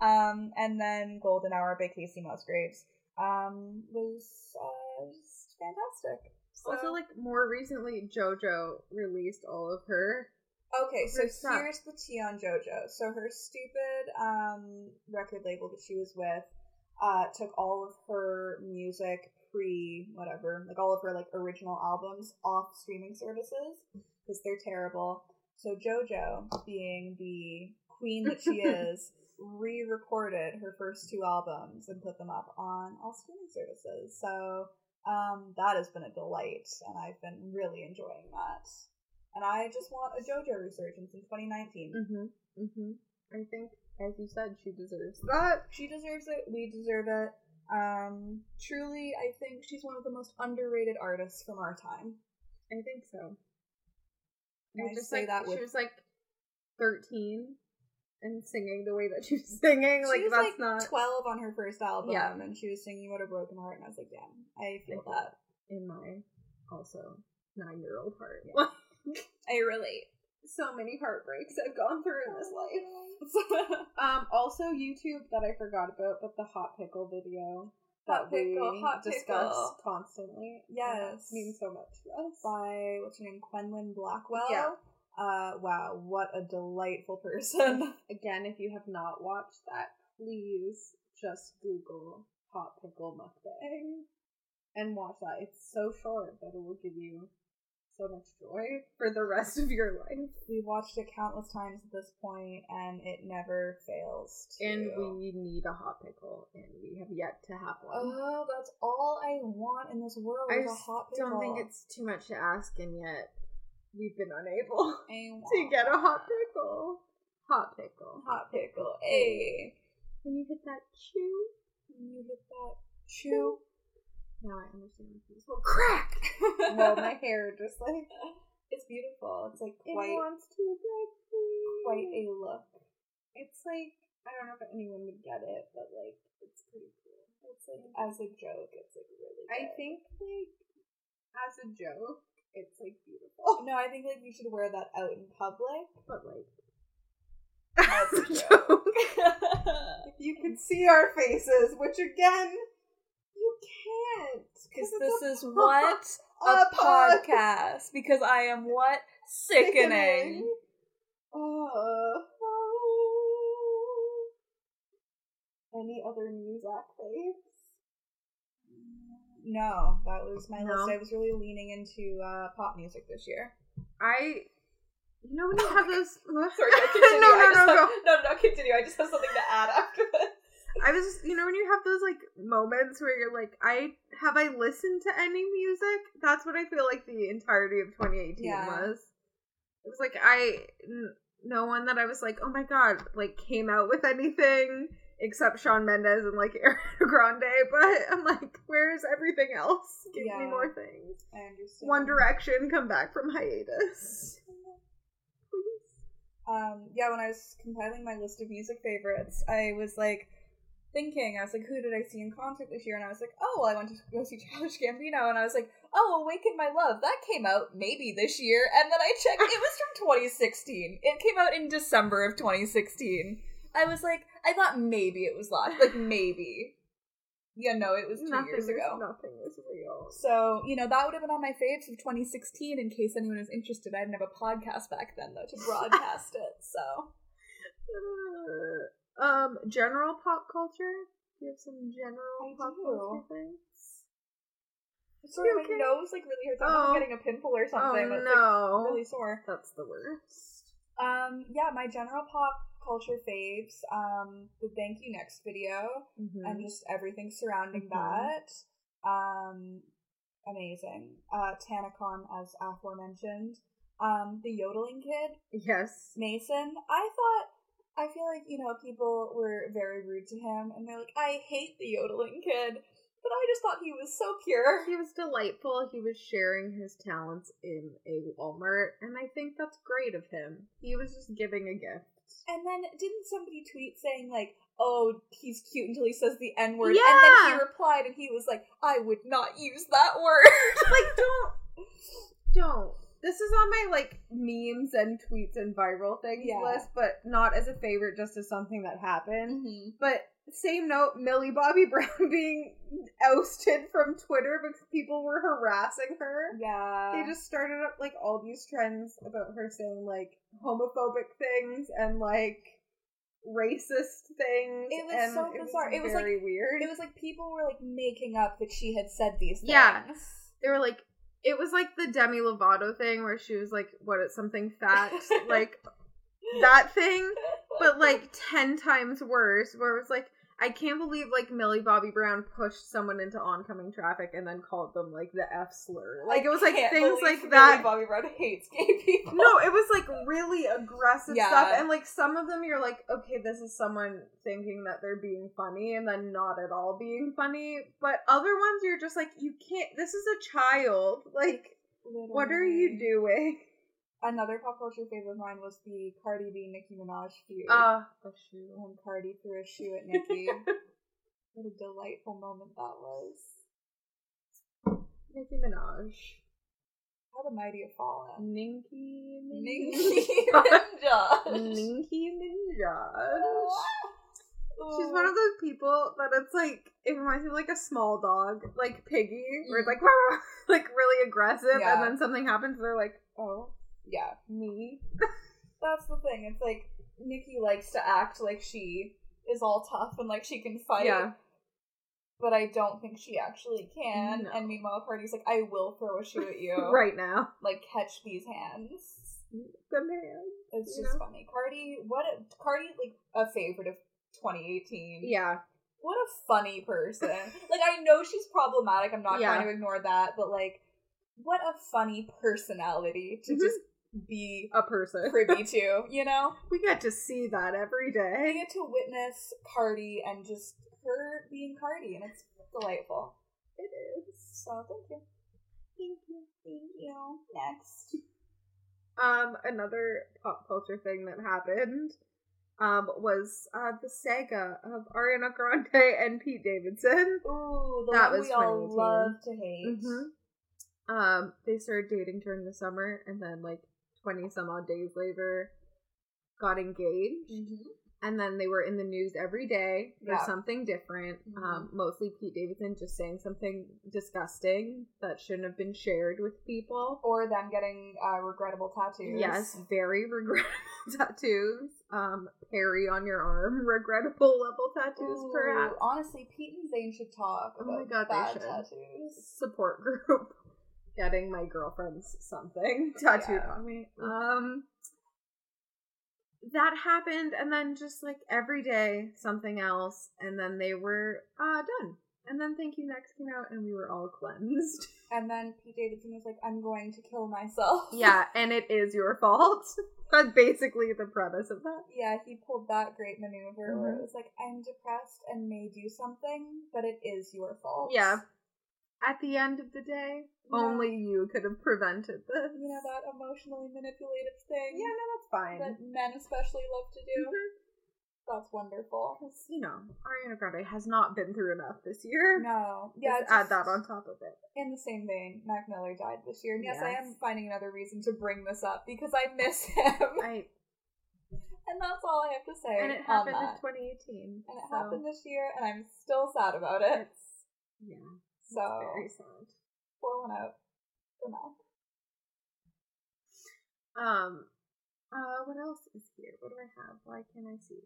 S2: Um, and then Golden Hour by Casey Musgraves um, was uh, just fantastic. So,
S3: also like more recently, JoJo released all of her.
S2: okay, so
S3: her stuff.
S2: here's the tea on JoJo. So her stupid um, record label that she was with uh, took all of her music pre whatever, like all of her like original albums off streaming services because they're terrible. So JoJo, being the queen that she is, re-recorded her first two albums and put them up on all streaming services. So um, that has been a delight, and I've been really enjoying that. And I just want a JoJo resurgence in 2019.
S3: Mm-hmm. Mm-hmm. I think, as you said, she deserves that.
S2: She deserves it. We deserve it. Um, truly, I think she's one of the most underrated artists from our time.
S3: I think so.
S2: And
S3: I
S2: I
S3: just
S2: say
S3: like
S2: that
S3: she
S2: with-
S3: was like 13 and singing the way that she was singing. Like
S2: she was like
S3: that's not
S2: 12 on her first album,
S3: Yeah.
S2: and she was singing "What a Broken Heart," and I was like, "Damn, I feel
S3: I-
S2: that."
S3: in my also nine year old heart.
S2: Yeah. I relate.
S3: so many heartbreaks I've gone through in this life. Um, also YouTube that I forgot about, but the hot pickle video that
S2: Hot Pickle,
S3: we
S2: Hot
S3: discuss
S2: Pickle.
S3: constantly.
S2: Yes.
S3: means so much to us.
S2: By what's her name, Quenlin Blackwell.
S3: Yeah.
S2: Uh, wow, what a delightful person.
S3: Again, if you have not watched that, please just Google hot pickle mukbang and watch that. It's so short, but it will give you so much joy for the rest of your life.
S2: we watched it countless times at this point, and it never fails. To...
S3: And we need a hot pickle, and we have yet to have one.
S2: Oh, that's all I want in this world
S3: I
S2: is a
S3: s-
S2: hot
S3: I
S2: pickle.
S3: don't think it's too much to ask, and yet we've been unable
S2: I
S3: to
S2: want
S3: get a hot pickle. Hot pickle.
S2: hot pickle. Hey,
S3: When you hit that chew,
S2: Can you hit that chew.
S3: now I understand. what it is. Well, crack. well, my hair just like
S2: it's beautiful. It's like
S3: it
S2: quite
S3: wants to break free.
S2: quite a look.
S3: It's like I don't know if anyone would get it, but like it's pretty cool. It's like
S2: As a joke, it's like really. good.
S3: I think like as a joke, it's like beautiful,
S2: No, I think like you should wear that out in public.
S3: but like
S2: As a joke.
S3: if you could see our faces, which again you
S2: can't because
S3: 'Cause it's
S2: this is what a
S3: pod-
S2: podcast. Because I am what sickening.
S3: Uh, any other Muzak faves?
S2: No, that was my
S3: No.
S2: list. I was really leaning into uh, pop music this year.
S3: I, you know, when you have those.
S2: Sorry, no,
S3: no,
S2: continue. I
S3: no,
S2: just
S3: no, no.
S2: have- no, no, continue. I just have something to add after this.
S3: I was just, you know, when you have those like moments where you're like, I have I listened to any music? That's what I feel like the entirety of 2018
S2: Yeah.
S3: was. It was like I, n- no one that I was like, oh my god, like came out with anything except Sean Mendes and like Ariana Grande. But I'm like, where's everything else? Give
S2: Yeah.
S3: me more things.
S2: I understand.
S3: One Direction, come back from hiatus. Please.
S2: um yeah when i was compiling my list of music favorites i was like thinking i was like who did i see in concert this year and i was like oh well i went to go see childish gambino and i was like oh awaken my love that came out maybe this year and then i checked it was from 2016 it came out in december of 2016 i was like i thought maybe it was lost like maybe yeah no it was two
S3: Nothing
S2: years
S3: is
S2: ago
S3: nothing is real.
S2: so, you know, that would have been on my faves of 2016 in case anyone is interested. I didn't have a podcast back then, though, to broadcast it. So,
S3: Uh, um, general pop culture. Do you have some general
S2: I
S3: pop
S2: do.
S3: culture things?
S2: sorry,
S3: You
S2: my
S3: okay?
S2: nose like really hurts. I'm
S3: Oh.
S2: getting a pimple or
S3: Oh
S2: something. but it's, like,
S3: no,
S2: really sore.
S3: that's the worst.
S2: Um, yeah, my general pop culture faves. Um, the thank you next video
S3: Mm-hmm.
S2: and just everything surrounding
S3: Mhm.
S2: that. Um, amazing. Uh, Tanacon as aforementioned. Um, the yodeling kid
S3: Yes.
S2: Mason, I thought I feel like, you know, people were very rude to him and they're like, I hate the yodeling kid. But I just thought he was so pure.
S3: He was delightful. He was sharing his talents in a Walmart, and I think that's great of him. He was just giving a gift.
S2: And then didn't somebody tweet saying like, Oh, he's cute until he says the N word and then
S3: Yeah.
S2: he replied and he was like, I would not use that word.
S3: like, don't, don't. This is on my like memes and tweets and viral things
S2: Yeah.
S3: list, but not as a favorite, just as something that happened. But same note, Millie Bobby Brown being ousted from Twitter because people were harassing her.
S2: Yeah.
S3: They just started up like all these trends about her saying like homophobic things and like racist things.
S2: It was
S3: and
S2: so bizarre. It was, like-
S3: very weird.
S2: it was like people were like making up that she had said these things.
S3: Yeah. they were like it was like the Demi Lovato thing where she was like, "What? It's something fat, like that thing." but like 10 times worse where it was like i can't believe like millie bobby brown pushed someone into oncoming traffic and then called them like the f slur like it was like
S2: can't
S3: things
S2: believe
S3: like
S2: Millie
S3: that
S2: Bobby Brown hates gay people.
S3: no it was like really aggressive
S2: Yeah.
S3: stuff and like some of them you're like okay this is someone thinking that they're being funny and then not at all being funny but other ones you're just like you can't this is a child like what are
S2: doing?
S3: you doing
S2: Another pop culture favorite of mine was the Cardi B Nicki Minaj feud.
S3: uh
S2: when Cardi threw a shoe at Nicki. what a delightful moment that was.
S3: nicki minaj
S2: How the mighty have fallen.
S3: Ninky
S2: Nicki Minaj.
S3: Ninky Minaj. She's one
S2: Oh.
S3: of those people that it's like it reminds me of like a small dog, like Piggy, where it's like "Wah," like really aggressive,
S2: Mm. Yeah.
S3: and then something happens. They're like, oh,
S2: Yeah,
S3: me.
S2: that's the thing. It's like Nicki likes to act like she is all tough and like she can fight.
S3: Yeah,
S2: But I don't think she actually can.
S3: No.
S2: And meanwhile, Cardi's like, I will throw a shoe at you.
S3: right now.
S2: Like, catch these hands.
S3: The man.
S2: It's
S3: you
S2: just
S3: know?
S2: funny. Cardi, what a Cardi like a favorite of 2018.
S3: Yeah,
S2: What a funny person. like I know she's problematic. I'm not
S3: Yeah.
S2: trying to ignore that, but like what a funny personality to
S3: Mhm.
S2: just be
S3: a person.
S2: privy to, you know?
S3: We get to see that every
S2: I
S3: day.
S2: get to witness Cardi and just her being Cardi and it's delightful.
S3: It is.
S2: So thank you. Thank you. Thank you. Next.
S3: Um, another pop culture thing that happened. Um, was uh, the saga of Ariana Grande and Pete Davidson.
S2: Ooh, the
S3: That
S2: one
S3: was
S2: we all
S3: 2018.
S2: love to hate.
S3: Mm-hmm. Um, they started dating during the summer, and then like twenty some odd days later, got engaged.
S2: Mhm.
S3: and then they were in the news every day for
S2: Yeah.
S3: something different.
S2: Mhm.
S3: Um, mostly Pete Davidson just saying something disgusting that shouldn't have been shared with people.
S2: Or them getting uh, regrettable tattoos.
S3: Yes, very regrettable tattoos. Um, Perry on your arm, regrettable level tattoos,
S2: Ooh,
S3: perhaps.
S2: Honestly, Pete and Zane should talk
S3: Oh
S2: about
S3: my God, they
S2: bad
S3: should.
S2: tattoos.
S3: Support group. Getting my girlfriends something tattooed
S2: Yeah.
S3: on me. Um, that happened, and then just like every day, something else, and then they were uh, done. And then Thank You Next came out, and we were all cleansed.
S2: And then Pete Davidson was like, I'm going to kill myself.
S3: yeah, and it is your fault. That's basically the premise of that.
S2: Yeah, he pulled that great maneuver where
S3: Mm-hmm.
S2: it was like, I'm depressed and may do something, but it is your fault.
S3: Yeah. At the end of the day,
S2: Yeah.
S3: only you could have prevented this.
S2: You know, that emotionally manipulative thing
S3: Yeah, no, that's fine.
S2: that men especially love to do.
S3: Mhm.
S2: That's wonderful.
S3: Because, you know, Ariana Grande has not been through enough this year.
S2: No. Yeah,
S3: yeah,
S2: just
S3: add that on top of it.
S2: In the same vein, Mac Miller died this year. And yes, I
S3: Yes.
S2: am finding another reason to bring this up because I miss him.
S3: I
S2: and that's all I have to say
S3: and it
S2: on
S3: happened in
S2: that.
S3: 2018.
S2: and it
S3: so
S2: happened this year, and I'm still sad about it.
S3: It's yeah, it's
S2: So,
S3: very sad.
S2: pour one out for Mac.
S3: Um, uh, what else is here? What do I have? Why can't I see?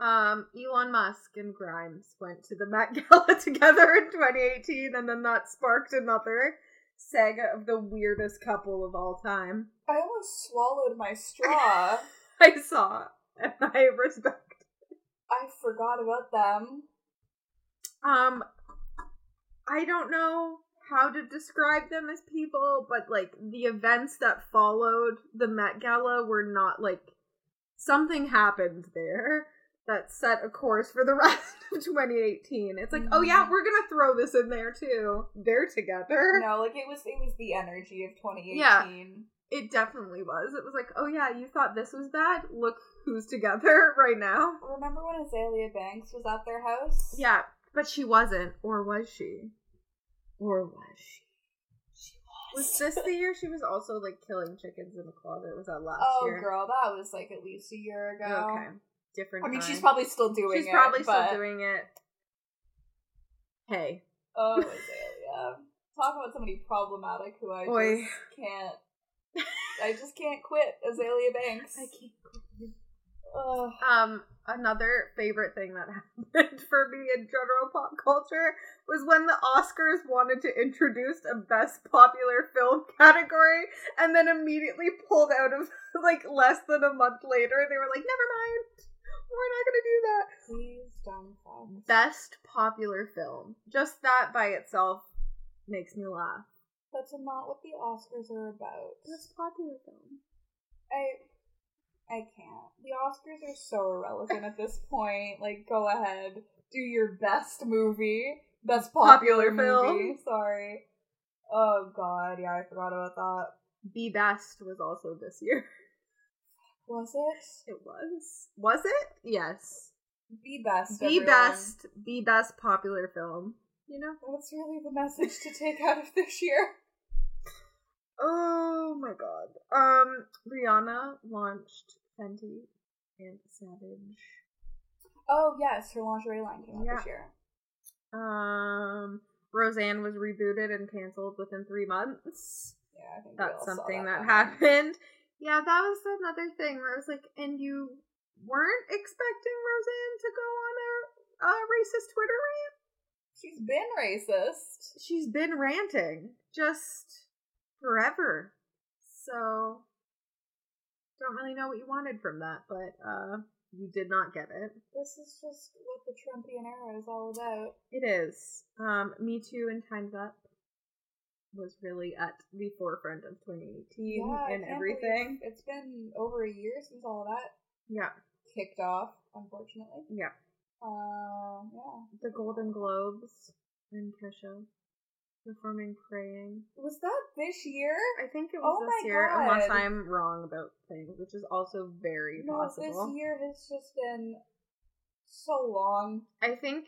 S3: Um, Elon Musk and Grimes went to the Met Gala together in 2018, and then that sparked another saga of the weirdest couple of all time.
S2: I almost swallowed my straw.
S3: I saw, and I respect.
S2: I forgot about them.
S3: Um, I don't know how to describe them as people, but like the events that followed the Met Gala were not like something happened there that set a course for the rest of 2018. It's like, oh yeah,
S2: Mhm.
S3: we're gonna throw this in there too. They're together.
S2: No, like it was it was the energy of 2018.
S3: It definitely was. It was like, oh yeah, you thought this was bad. Look who's together right now.
S2: Remember when Azalea Banks was at their house?
S3: Yeah, but she wasn't, or was she? Or was she? Was this the year she was also like killing chickens in the closet? Was that last
S2: Oh,
S3: year?
S2: girl, that was like at least a year ago.
S3: Okay, different.
S2: I mean,
S3: time.
S2: she's probably still doing
S3: she's
S2: it.
S3: probably
S2: but-
S3: still doing it. Hey,
S2: Oh, Azalea. Talk about somebody problematic who I
S3: Oy.
S2: just can't. I just can't quit Azalea Banks.
S3: can't.
S2: Ugh.
S3: Um, another favorite thing that happened for me in general pop culture was when the Oscars wanted to introduce a best popular film category and then immediately pulled out of like less than a month later. They were like, never mind, we're not gonna do that.
S2: Please don't fuck.
S3: Best popular film. Just that by itself makes me laugh.
S2: That's not what the Oscars are about.
S3: Best popular film.
S2: I I can't. The Oscars are so irrelevant at this point. Like, go ahead, do your best movie, best popular,
S3: Popular
S2: movie. Sorry. Oh God, yeah, I forgot about that.
S3: Be Best was also this year.
S2: Was it
S3: It was. Was it? Yes.
S2: the best?
S3: the
S2: everyone.
S3: best the best popular film you know
S2: What's really the message to take out of this year?
S3: oh my god um rihanna launched fenty and savage
S2: Oh yes, her lingerie line came out
S3: Yeah.
S2: this year.
S3: um roseanne was rebooted and canceled within three months
S2: Yeah, I think we all
S3: that's
S2: saw
S3: something
S2: that
S3: that,
S2: coming.
S3: happened yeah that was another thing where i was like and you weren't expecting roseanne to go on a, a racist twitter rant
S2: She's been racist.
S3: she's been ranting just forever. So don't really know what you wanted from that, but uh you did not get it.
S2: This is just what the Trumpian era is all about.
S3: It is. Um Me Too and Time's Up was really at the forefront of 2018
S2: Yeah, I
S3: and
S2: can't
S3: everything.
S2: believe It's been over a year since all of that
S3: Yeah,
S2: kicked off, unfortunately.
S3: yeah.
S2: Um, yeah.
S3: The Golden Globes and Kesha performing Praying.
S2: Was that this year?
S3: I think it was
S2: Oh
S3: this
S2: my
S3: year, unless
S2: God.
S3: I'm wrong about things, which is also very
S2: No,
S3: possible.
S2: this year has just been so long.
S3: I think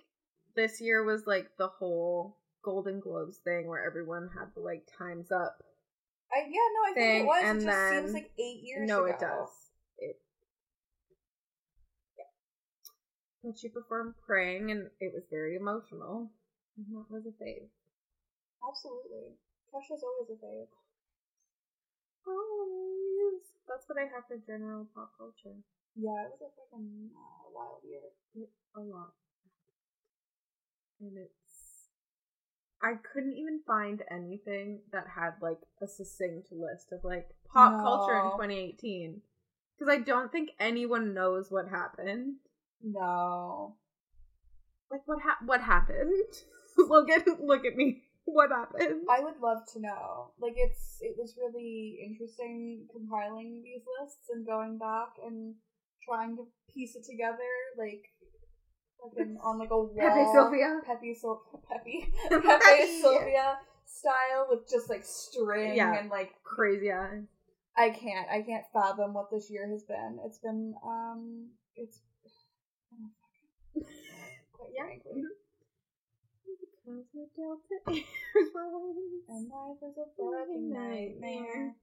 S3: this year was like the whole Golden Globes thing where everyone had the like times up.
S2: I yeah, no, I think it
S3: Thing,
S2: was.
S3: and
S2: it just
S3: then-
S2: seems like eight years
S3: no,
S2: ago.
S3: it does. It and she performed praying and it was very emotional. And that was a fave.
S2: Absolutely. Kesha's always a fave.
S3: Always. That's what I have for general pop culture.
S2: Yeah, it was a fucking uh, wild year.
S3: A lot. And it's I couldn't even find anything that had like a succinct list of like pop culture in
S2: No.
S3: 2018. Because I don't think anyone knows what happened.
S2: No.
S3: Like what ha- what happened? look at look at me. What happened?
S2: I would love to know. Like it's it was really interesting compiling these lists and going back and trying to piece it together like fucking on like a wall.
S3: Pepe Sylvia.
S2: Pepe Sil- Pepe
S3: Pepe.
S2: Pepe Sylvia style with just like string
S3: Yeah.
S2: and like
S3: Crazy eyes.
S2: I can't I can't fathom what this year has been. It's been um it's quite
S3: Yeah.
S2: frankly.
S3: Because we're Delta Airlines.
S2: And life is a
S3: Fucking
S2: fucking
S3: nightmare.
S2: nightmare.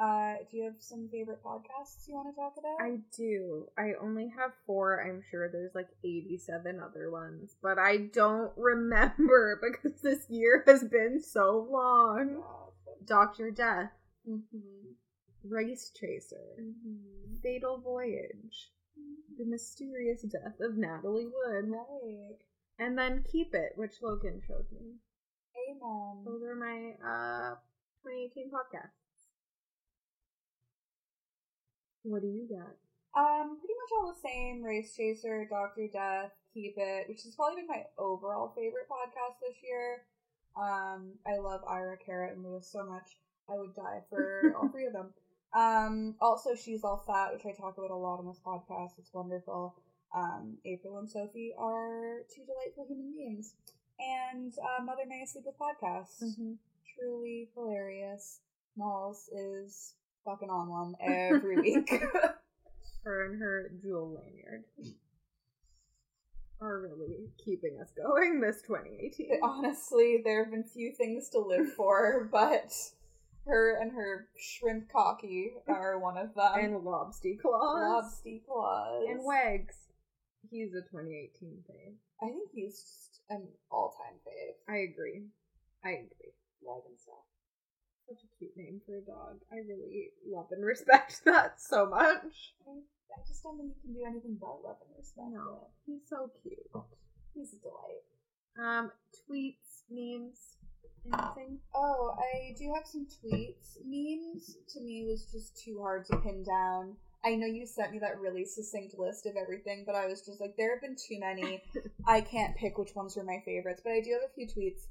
S2: Uh, do you have some favorite podcasts you want to talk about?
S3: I do. I only have four. I'm sure there's like 87 other ones, but I don't remember because this year has been so long. Doctor Death,
S2: Mm-hmm.
S3: Race Chaser,
S2: Mm-hmm.
S3: Fatal Voyage, The Mysterious Death of Natalie Wood,
S2: Right.
S3: and then Keep It, which Logan showed me.
S2: Amen.
S3: Those are my uh 2018 podcasts. What do you got?
S2: Um, pretty much all the same. Race Chaser, Doctor Death, Keep It, which has probably been my overall favorite podcast this year. Um, I love Ira, Kara, and Lewis so much. I would die for all three of them. Um, also, She's All Fat, which I talk about a lot on this podcast. It's wonderful. Um, April and Sophie are two delightful human beings. And uh, Mother May I Sleep With Podcasts.
S3: Mm-hmm.
S2: truly hilarious. Malls is fucking on one every week.
S3: her and her jewel lanyard are really keeping us going this 2018.
S2: Honestly, there have been few things to live for, but her and her shrimp cocky are one of them.
S3: and lobsty claws.
S2: lobsty claws.
S3: And Wags. He's a 2018 fave.
S2: I think he's just an all-time fave.
S3: I agree. I agree.
S2: Wag and stuff.
S3: Such a cute name for a dog. I really love and respect that so much.
S2: I just don't think you can do anything but love and respect.
S3: No, he's so cute.
S2: it. He's a delight.
S3: Um, tweets, memes, anything?
S2: Oh, I do have some tweets. Memes to me was just too hard to pin down. I know you sent me that really succinct list of everything, but I was just like, there have been too many. I can't pick which ones were my favorites, but I do have a few tweets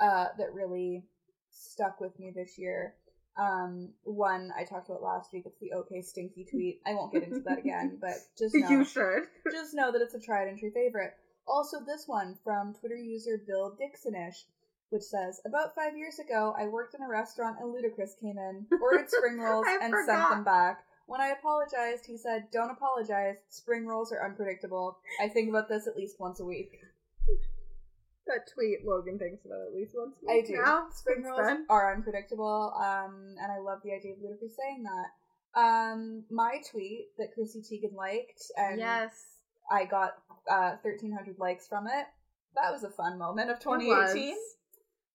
S2: uh, that really stuck with me this year. Um, one I talked about last week. It's the OK Stinky tweet. I won't get into that again, but just know
S3: You should.
S2: just know that it's a tried and true favorite. Also, this one from Twitter user Bill Dixonish, which says, "About five years ago, I worked in a restaurant and Ludacris came in, ordered spring rolls,
S3: I
S2: and
S3: forgot.
S2: sent them back. When I apologized, he said, "Don't apologize. Spring rolls are unpredictable. I think about this at least once a week.
S3: That tweet Logan thinks about at least once a
S2: I
S3: week
S2: do.
S3: now.
S2: Spring
S3: since
S2: rolls
S3: then.
S2: are unpredictable, um, and I love the idea of Ludacris saying that." Um, my tweet that Chrissy Teigen liked and
S3: Yes.
S2: I got uh, 1,300 likes from it. That was a fun moment of 2018.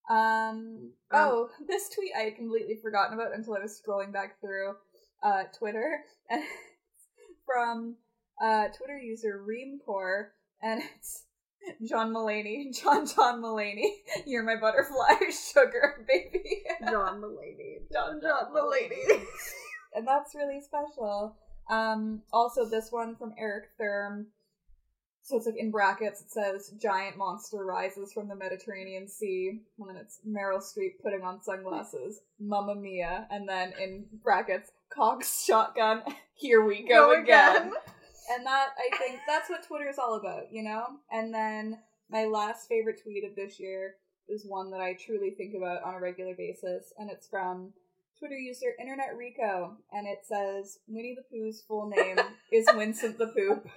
S2: Um, oh, this tweet I had completely forgotten about until I was scrolling back through uh, Twitter and it's from uh, Twitter user Reempoor, and it's John Mulaney, John John Mulaney, you're my butterfly, sugar baby.
S3: John Mulaney.
S2: John John Mulaney. and that's really special. Um, also, this one from Eric Thurm. So it's like in brackets, it says "giant monster rises from the Mediterranean Sea," and then it's Meryl Streep putting on sunglasses, "Mamma Mia," and then in brackets, Cox shotgun. Here we go,
S3: Go
S2: again.
S3: again.
S2: And that I think that's what Twitter is all about, you know. And then my last favorite tweet of this year is one that I truly think about on a regular basis, and it's from Twitter user Internet Rico, and it says Winnie the Pooh's full name is Winston the Poop.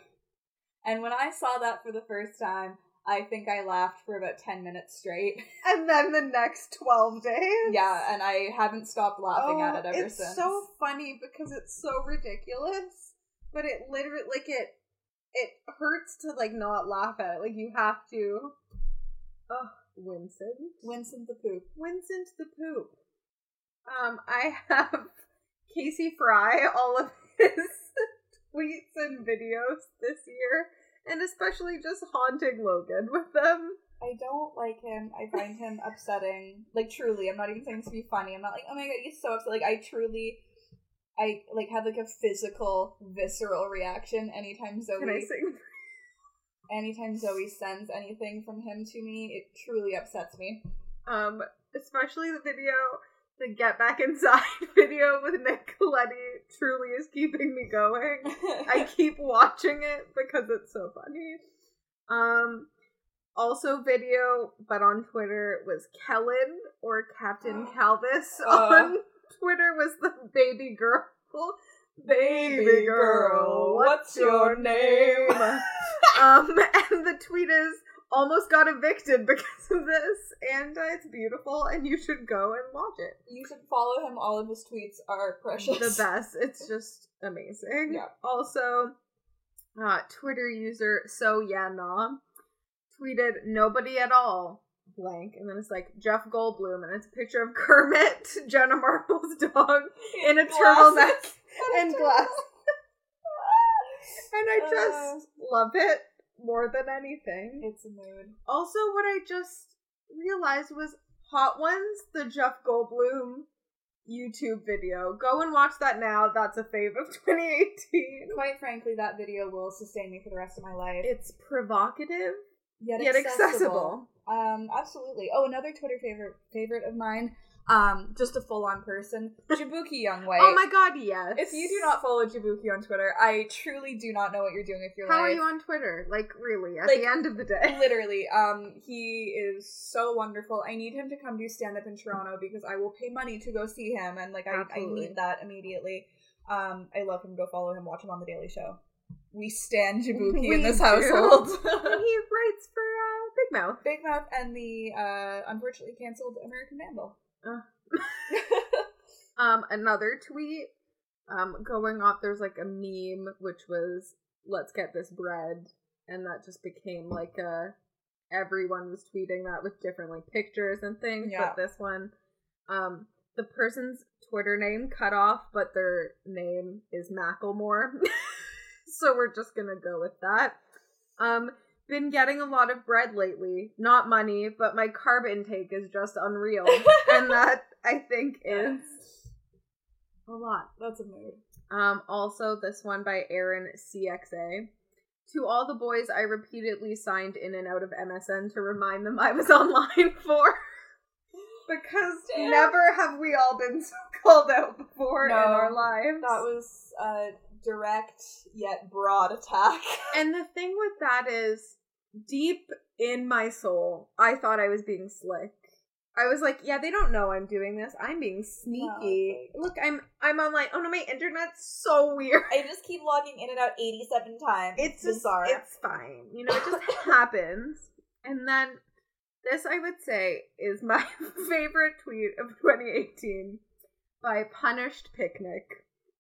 S2: And when I saw that for the first time, I think I laughed for about ten minutes straight.
S3: and then the next 12 days.
S2: Yeah, and I haven't stopped laughing
S3: Oh,
S2: at it ever
S3: it's
S2: since.
S3: so funny because it's so ridiculous, but it literally, like, it it hurts to like not laugh at it. Like you have to. Oh, Winston.
S2: Winston the poop.
S3: Winston the poop. Um, I have Casey Fry all of his tweets and videos this year, and especially just haunting Logan with them.
S2: I don't like him. I find him upsetting. Like truly, I'm not even saying this to be funny. I'm not like, oh my god, he's so upset. Like I truly, I like have like a physical, visceral reaction anytime Zoe,
S3: Can I sing?
S2: anytime Zoe sends anything from him to me. It truly upsets me.
S3: Um, especially the video, the Get Back Inside video with Nick Coletti truly is keeping me going. I keep watching it because it's so funny. Um, also video, but on Twitter was Kellen or Captain Calvis.
S2: Oh.
S3: On Twitter was the baby girl. Baby girl, what's your name? um, and the tweet is almost got evicted because of this, and uh, it's beautiful, and you should go and watch it.
S2: you should follow him. All of his tweets are precious.
S3: the best. It's just amazing.
S2: Yeah.
S3: Also, uh, Twitter user so yeah nah tweeted nobody at all blank, and then it's like Jeff Goldblum, and it's a picture of Kermit, Jenna Marbles' dog, in a turtleneck
S2: Glasses.
S3: and glass. And
S2: Uh.
S3: I just love it more than anything.
S2: It's a mood.
S3: Also, what I just realized was Hot Ones, the Jeff Goldblum YouTube video. Go and watch that now. That's a fave of 2018.
S2: Quite frankly, that video will sustain me for the rest of my life.
S3: It's provocative
S2: yet,
S3: yet accessible.
S2: Um, absolutely. Oh, another Twitter favorite favorite of mine. Um, just a full on person, Jabuki Young White.
S3: Oh my god, yes.
S2: If you do not follow Jabuki on Twitter, I truly do not know what you're doing with your
S3: How are
S2: life.
S3: you on Twitter? Like, really, at
S2: Like,
S3: the end of the day.
S2: Literally, um, he is so wonderful. I need him to come do stand up in Toronto because I will pay money to go see him, and like I, I
S3: Absolutely.
S2: need that immediately. Um, I love him. Go follow him. Watch him on the Daily Show. We stand Jabuki
S3: We
S2: in this
S3: do.
S2: household.
S3: and he writes for uh, Big Mouth.
S2: Big Mouth and the uh, unfortunately canceled American Vandal.
S3: Um, another tweet um, going off, there's like a meme which was, let's get this bread. And that just became like a, everyone was tweeting that with different like pictures and things.
S2: Yeah.
S3: But this one, um, the person's Twitter name cut off, but their name is Macklemore. so we're just gonna go with that. Um, been getting a lot of bread lately. Not money, but my carb intake is just unreal. and that I think is a lot.
S2: That's a mood.
S3: Um, also this one by Aaron CXA. To all the boys I repeatedly signed in and out of MSN to remind them I was online for. because
S2: Damn.
S3: never have we all been so called out before
S2: No,
S3: in our lives.
S2: That was a direct yet broad attack.
S3: And the thing with that is, deep in my soul, I thought I was being slick. I was like, yeah, they don't know I'm doing this. I'm being sneaky.
S2: No,
S3: Look, I'm I'm online. Oh no, my internet's so weird.
S2: I just keep logging in and out 87 times.
S3: It's just-
S2: bizarre.
S3: It's fine. You know, it just happens. And then this I would say is my favorite tweet of 2018 by Punished Picnic.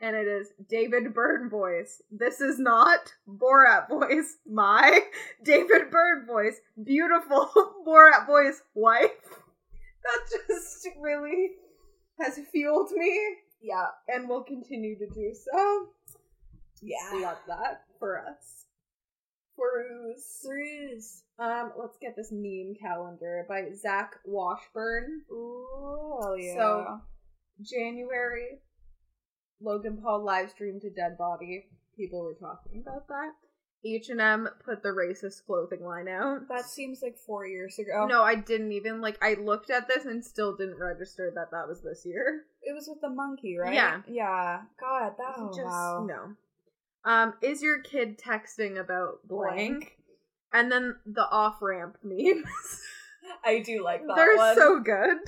S3: And it is David Byrne voice. This is not Borat voice. My David Byrne voice. Beautiful Borat voice wife. That just really has fueled me
S2: yeah.
S3: and will continue to do so.
S2: Yeah.
S3: Love that for us. Peruse.
S2: Throughs.
S3: Um, let's get this meme calendar by Zach Washburn.
S2: Ooh, hell yeah.
S3: So- January, Logan Paul live streamed to Dead Body. People were talking about that. H and M put the racist clothing line out.
S2: that seems like four years ago.
S3: no, I didn't even like. I looked at this and still didn't register that that was this year.
S2: It was with the monkey, right?
S3: Yeah.
S2: Yeah. God, that
S3: It's
S2: oh,
S3: just
S2: wow.
S3: no. Um, is your kid texting about blank? And then the off ramp memes.
S2: I do like that
S3: They're
S2: one.
S3: so good.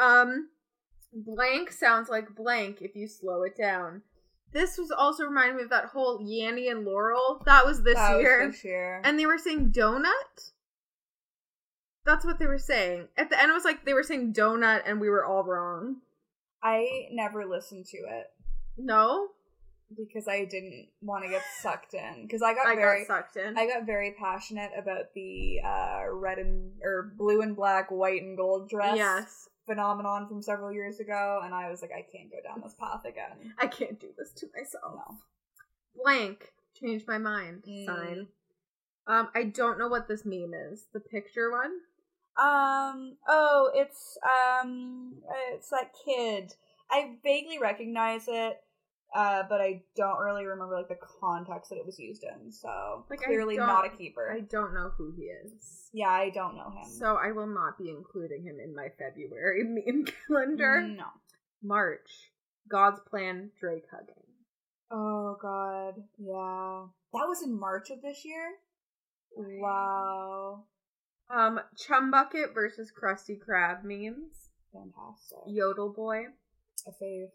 S3: Um, blank sounds like blank if you slow it down. This was also reminding me of that whole Yanny and Laurel. That was this
S2: That was
S3: year.
S2: this year.
S3: And they were saying donut? That's what they were saying. At the end, it was like they were saying donut and we were all wrong.
S2: I never listened to it.
S3: No?
S2: because I didn't want to get sucked in because I got
S3: I
S2: very
S3: got sucked in.
S2: I got very passionate about the uh, red and or blue and black, white and gold dress
S3: yes.
S2: phenomenon from several years ago, and I was like, I can't go down this path again.
S3: I can't do this to myself.
S2: No.
S3: Blank. Change my mind.
S2: Mm.
S3: Sign. Um, I don't know what this meme is. The picture one?
S2: Um. Oh, it's um. It's that kid. I vaguely recognize it, uh, but I don't really remember like the context that it was used in. So
S3: Like, I
S2: clearly
S3: don't-
S2: not a keeper.
S3: I don't know who he is.
S2: yeah, I don't know him.
S3: So I will not be including him in my February meme calendar.
S2: no.
S3: March. God's plan, Drake hugging.
S2: Oh god. Yeah. That was in March of this year. Wow.
S3: Um, Chum Bucket versus Krusty Krab memes.
S2: Fantastic.
S3: Yodel Boy.
S2: A fave.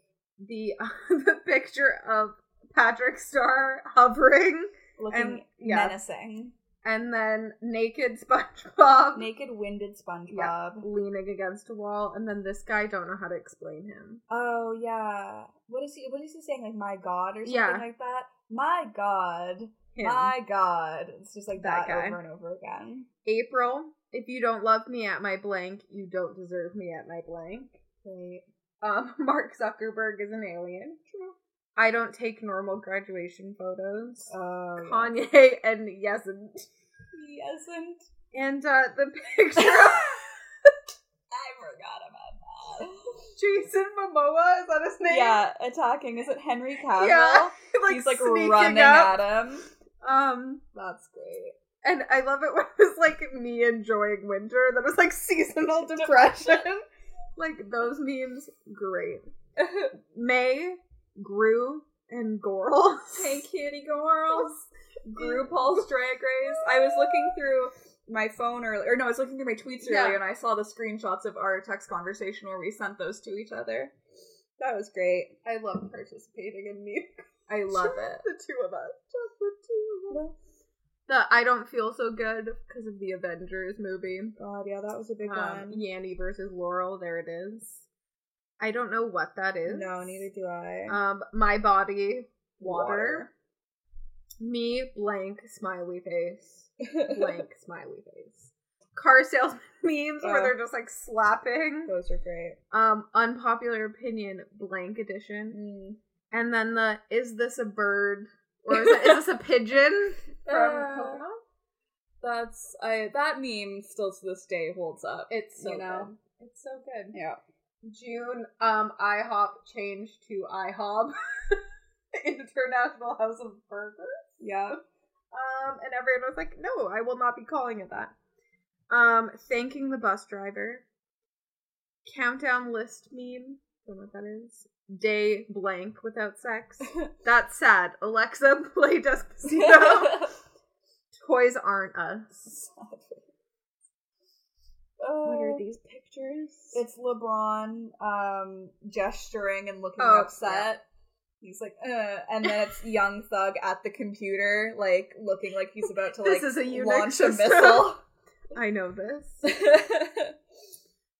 S3: The the picture of Patrick Star hovering
S2: Looking
S3: and yeah,
S2: menacing.
S3: and then naked SpongeBob
S2: Naked winded SpongeBob.
S3: leaning against a wall, and then this guy don't know how to explain him.
S2: Oh yeah. What is he what is he saying? Like my god or something
S3: Yeah.
S2: like that? My god.
S3: Him.
S2: My god. It's just like that,
S3: That guy.
S2: over and over again.
S3: April, if you don't love me at my blank, you don't deserve me at my blank.
S2: Great.
S3: Um, Mark Zuckerberg is an alien. True. I don't take normal graduation photos.
S2: Oh yeah.
S3: Kanye and yes, and,
S2: he isn't.
S3: and uh, the picture of
S2: I forgot about that.
S3: Jason Momoa is that his name?
S2: Yeah, attacking. Is it Henry Cavill?
S3: Yeah.
S2: He's like
S3: sneaking
S2: running
S3: up.
S2: at him.
S3: Um,
S2: That's great.
S3: and I love it when it's like me enjoying winter. That was like seasonal depression. like those memes, great. May, Gru, and Gorl.
S2: Hey, kitty girls. Group Paul's Drag Race. I was looking through my phone earlier. Or no, I was looking through my tweets
S3: Yeah.
S2: earlier and I saw the screenshots of our text conversation where we sent those to each other. That was great.
S3: I love participating in memes.
S2: I love it.
S3: The two of us, just the two of us. The I don't feel so good because of the Avengers movie.
S2: God, yeah, that was a big
S3: Um, Yanni versus Laurel. There it is. I don't know what that is.
S2: No, neither do I.
S3: Um, my body, water. Me, blank, smiley face,
S2: Um,
S3: blank, smiley face. Car salesman memes where
S2: Ugh.
S3: they're just like slapping.
S2: Those are great.
S3: Um, unpopular opinion, blank edition.
S2: Mm.
S3: And then the is this a bird or is, it, is this a pigeon from
S2: Uh,
S3: Coco?
S2: That's I that meme still to this day holds up.
S3: It's so
S2: you know.
S3: good. It's so good.
S2: Yeah.
S3: June, um, IHOP changed to IHOB, International House of Burgers.
S2: Yeah.
S3: Um, and everyone was like, no, I will not be calling it that. Um, thanking the bus driver. Countdown list meme. Don't know what that is. Day blank without sex. That's sad. Alexa, play Despacito. Toys aren't us. What are
S2: Oh,
S3: these pictures?
S2: it's LeBron um, gesturing and looking
S3: Oh,
S2: upset. He's like, uh, and then it's Young Thug at the computer, like looking like he's about to like
S3: This is a Unix
S2: launch a
S3: system.
S2: missile.
S3: I know this.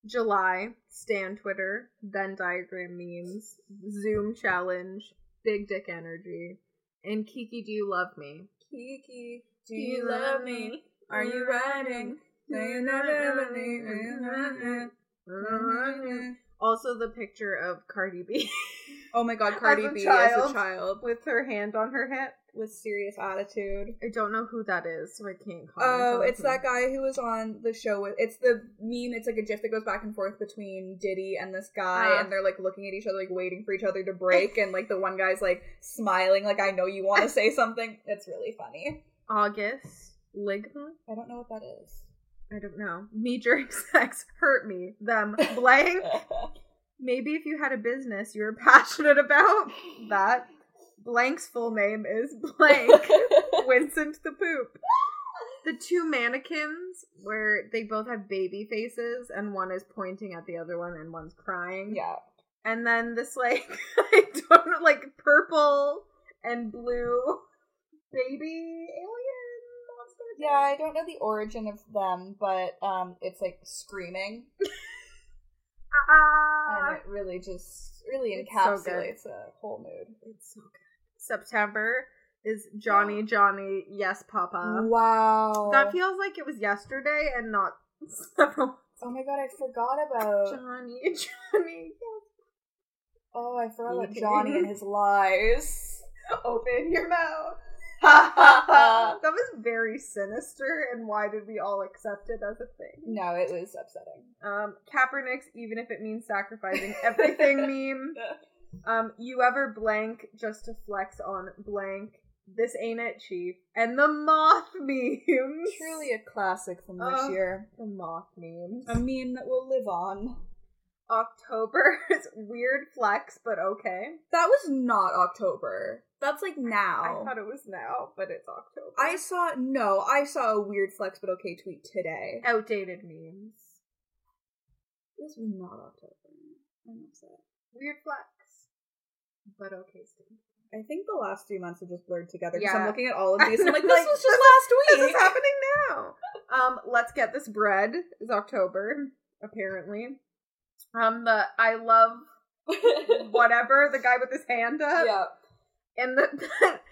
S3: July, stay on Twitter, then diagram memes, Zoom challenge, big dick energy, and Kiki, do you love me?
S2: Kiki, do you love me? Are you riding?
S3: Mm-hmm. Also, the picture of Cardi B
S2: Oh my God, Cardi
S3: a
S2: B as
S3: child.
S2: a child
S3: with her hand on her hip.
S2: with serious attitude.
S3: I don't know who that is, so I can't comment.
S2: Oh,
S3: on
S2: it's
S3: him.
S2: that guy who was on the show with. It's the meme. It's like a gif that goes back and forth between Diddy and this guy,
S3: Ah.
S2: and they're like looking at each other, like waiting for each other to break, and like the one guy's like smiling, like I know you want to say something. It's really funny.
S3: August Ligma.
S2: I don't know what that is.
S3: I don't know. Me during sex hurt me. Them blank. Maybe if you had a business you were passionate about that. Blank's full name is blank. Winston the Poop. The two mannequins where they both have baby faces and one is pointing at the other one and one's crying.
S2: yeah,
S3: And then this like I don't know, like purple and blue baby alien monster. thing.
S2: yeah. I don't know the origin of them, but um, it's like screaming,
S3: Ah.
S2: and it really just really
S3: It's so good.
S2: encapsulates a whole mood.
S3: It's so good. September is Johnny Johnny Yes Papa.
S2: wow.
S3: That feels like it was yesterday and not several
S2: oh my god, I forgot about.
S3: Johnny Johnny.
S2: Oh, I forgot
S3: You
S2: about
S3: can-
S2: Johnny and his lies.
S3: Open your mouth.
S2: Ha ha
S3: that was very sinister and why did we all accept it as a thing?
S2: No, it was upsetting.
S3: Um Kaepernick's even if it means sacrificing everything meme. Um, you ever blank just to flex on blank? This ain't it, chief. And the moth memes.
S2: Truly Um, a classic from this
S3: Oh.
S2: year.
S3: the moth memes.
S2: A meme that will live on.
S3: October is weird flex, but okay.
S2: That was not October. That's like now.
S3: I thought it was now, but it's October.
S2: I saw no, I saw a weird flex but okay tweet today.
S3: outdated memes.
S2: This was not October. I'm upset.
S3: Weird flex, but okay. Steve.
S2: I think the last three months have just blurred together because
S3: Yeah.
S2: I'm looking at all of these. I'm like, this
S3: Like,
S2: was just last
S3: This
S2: week.
S3: is happening now. Um, let's get this bread is October apparently. Um, the I love whatever the guy with his hand up.
S2: yeah.
S3: and the, that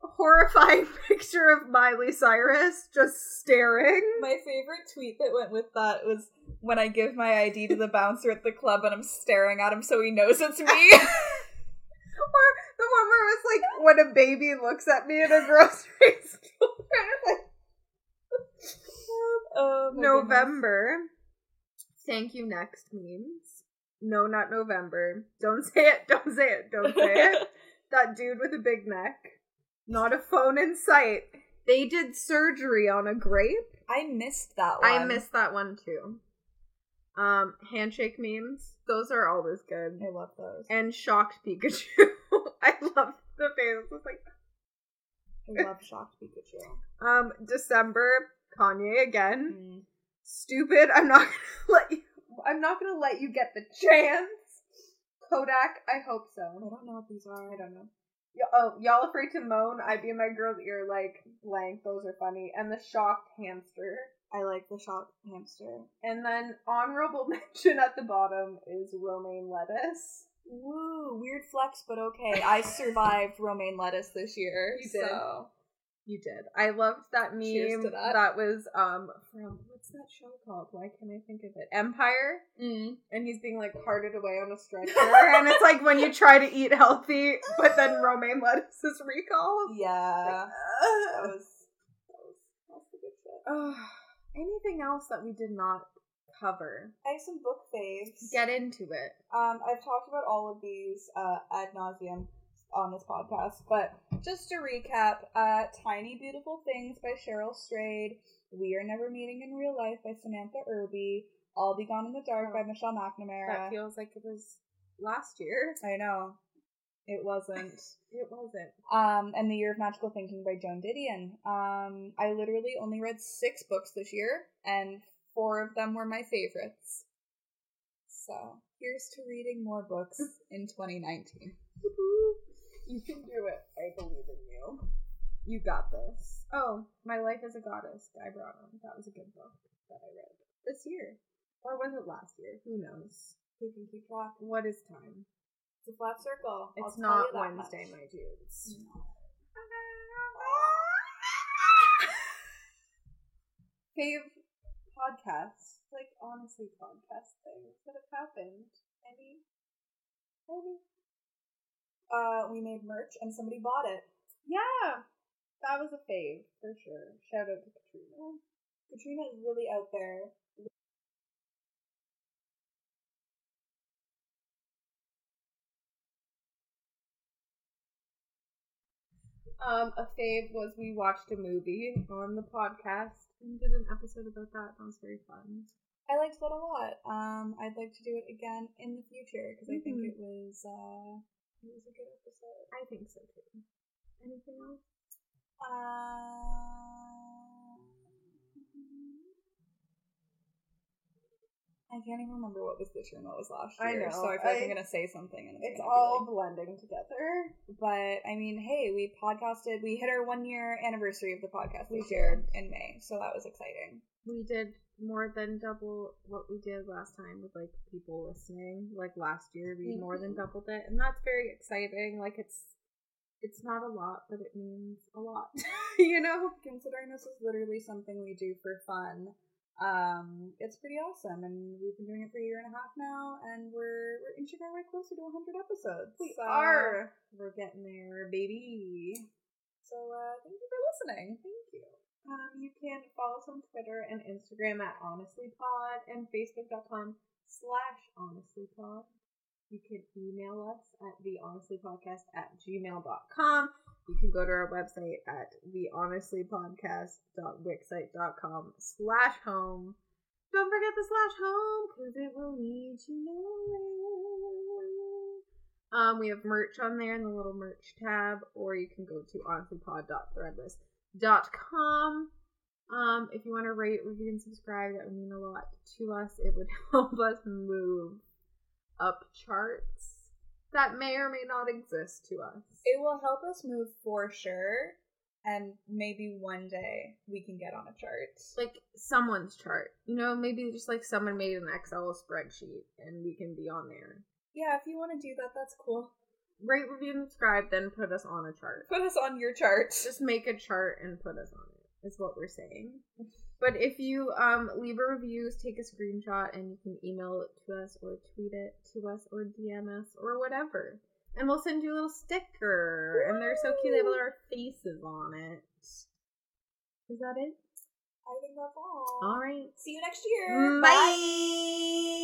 S3: horrifying picture of Miley Cyrus just staring.
S2: My favorite tweet that went with that was when I give my ID to the bouncer at the club and I'm staring at him so he knows it's me.
S3: Or the one where it's like when a baby looks at me in a grocery store. Like,
S2: Oh, my goodness.
S3: November. Thank you next memes. No, not November. Don't say it. Don't say it. Don't say it. that dude with a big neck. Not a phone in sight. They did surgery on a grape.
S2: I missed that one.
S3: I missed that one too. Um, handshake memes, those are always good.
S2: I love those.
S3: And shocked Pikachu. I love the face. It's like,
S2: I love shocked Pikachu.
S3: um, December, Kanye again. Stupid, I'm not gonna let you I'm not gonna let you get the chance. Kodak, I hope
S2: I
S3: so.
S2: don't know what these are. I don't know.
S3: Y- oh, y'all afraid to moan? I be in my girl's ear like blank, those are funny. And the shocked hamster.
S2: I like the shocked hamster.
S3: And then honorable mention at the bottom is romaine lettuce.
S2: Woo, weird flex, but okay. I survived romaine lettuce this year.
S3: You did.
S2: So.
S3: You did. I loved that meme.
S2: Cheers to that.
S3: was um from what's that show called? Why can't I think of it? Empire.
S2: Mm.
S3: And he's being like carted away on a stretcher, and it's like when you try to eat healthy, but then romaine lettuce is recalled.
S2: Yeah.
S3: Like,
S2: That
S3: ugh.
S2: was, that was, that was a good shit.
S3: Ugh. Anything else that we did not cover?
S2: I have some book faves.
S3: Get into it.
S2: Um, I've talked about all of these uh, ad nauseum on this podcast, but just to recap, uh, "Tiny Beautiful Things" by Cheryl Strayed, "We Are Never Meeting in Real Life" by Samantha Irby, "All Be Gone in the Dark" by Michelle
S3: Oh. That
S2: McNamara.
S3: feels like it was last year.
S2: I know it wasn't.
S3: It wasn't.
S2: Um, and "The Year of Magical Thinking" by Joan Didion. Um, I literally only read six books this year, and four of them were my favorites. So here's to reading more books in 2019.
S3: You can do it. I believe in you. You got this. Oh, My Life as a Goddess by Brownham. That was a good book that I read this year. Or was it last year? Who knows?
S2: We can keep track.
S3: What is time?
S2: It's a flat circle. I'll
S3: It's
S2: tell
S3: not
S2: you that
S3: Wednesday,
S2: much.
S3: my dudes. Oh, Fave podcasts. Like, honestly, podcast things that have happened. Any? Any?
S2: Uh, we made merch and somebody bought it.
S3: Yeah! That was a fave, for sure. Shout out to Katrina.
S2: Katrina is really out there.
S3: Um, a fave was we watched a movie on the podcast and did an episode about that. That was very fun.
S2: I liked that a lot. Um, I'd like to do it again in the future because I think
S3: Mhm.
S2: it was uh, it was a good episode.
S3: I think so too. Anything else?
S2: Um, I can't even remember what was this year and what was last
S3: I
S2: year.
S3: know.
S2: So I feel like I,
S3: I-
S2: am gonna say something. And
S3: It's
S2: gonna be
S3: all
S2: like,
S3: blending together.
S2: But I mean, hey, we podcasted. We hit our one year anniversary of the podcast
S3: We
S2: we shared in May, so that was exciting.
S3: We did more than double what we did last time with like people listening. Like last year, we more than doubled it, and that's very exciting. Like it's it's not a lot, but it means a lot. you know?
S2: Considering this is literally something we do for fun, um, it's pretty awesome, and we've been doing it for a year and a half now, and we're we're inching our way closer to 100 episodes.
S3: We
S2: So-
S3: are. We're getting there, baby.
S2: So uh, thank you for listening. Thank you.
S3: Um, you can follow us on Twitter and Instagram at honestlypod and facebook.com slash honestlypod. You can email us at thehonestlypodcast at gmail.com. You can go to our website at thehonestlypodcast.wixsite.com slash home. Don't forget the slash home because it will lead you nowhere. Um, we have merch on there in the little merch tab, or you can go to honestlypod.threadless dot com. Um, if you want to rate, review, and subscribe, that would mean a lot to us. It would help us move up charts that may or may not exist to us.
S2: It will help us move for sure, and maybe one day we can get on a chart.
S3: like someone's chart, you know, maybe just like someone made an Excel spreadsheet and we can be on there.
S2: Yeah, if you want to do that, that's cool.
S3: Rate, review, and subscribe, then put us on a chart.
S2: Put us on your chart.
S3: Just make a chart and put us on it, is what we're saying. But if you um, leave a review, take a screenshot, and you can email it to us or tweet it to us or DM us or whatever. And we'll send you a little sticker. And they're so cute, they have all our faces on it. Is that it?
S2: I think that's all.
S3: All right.
S2: See you next year.
S3: Bye.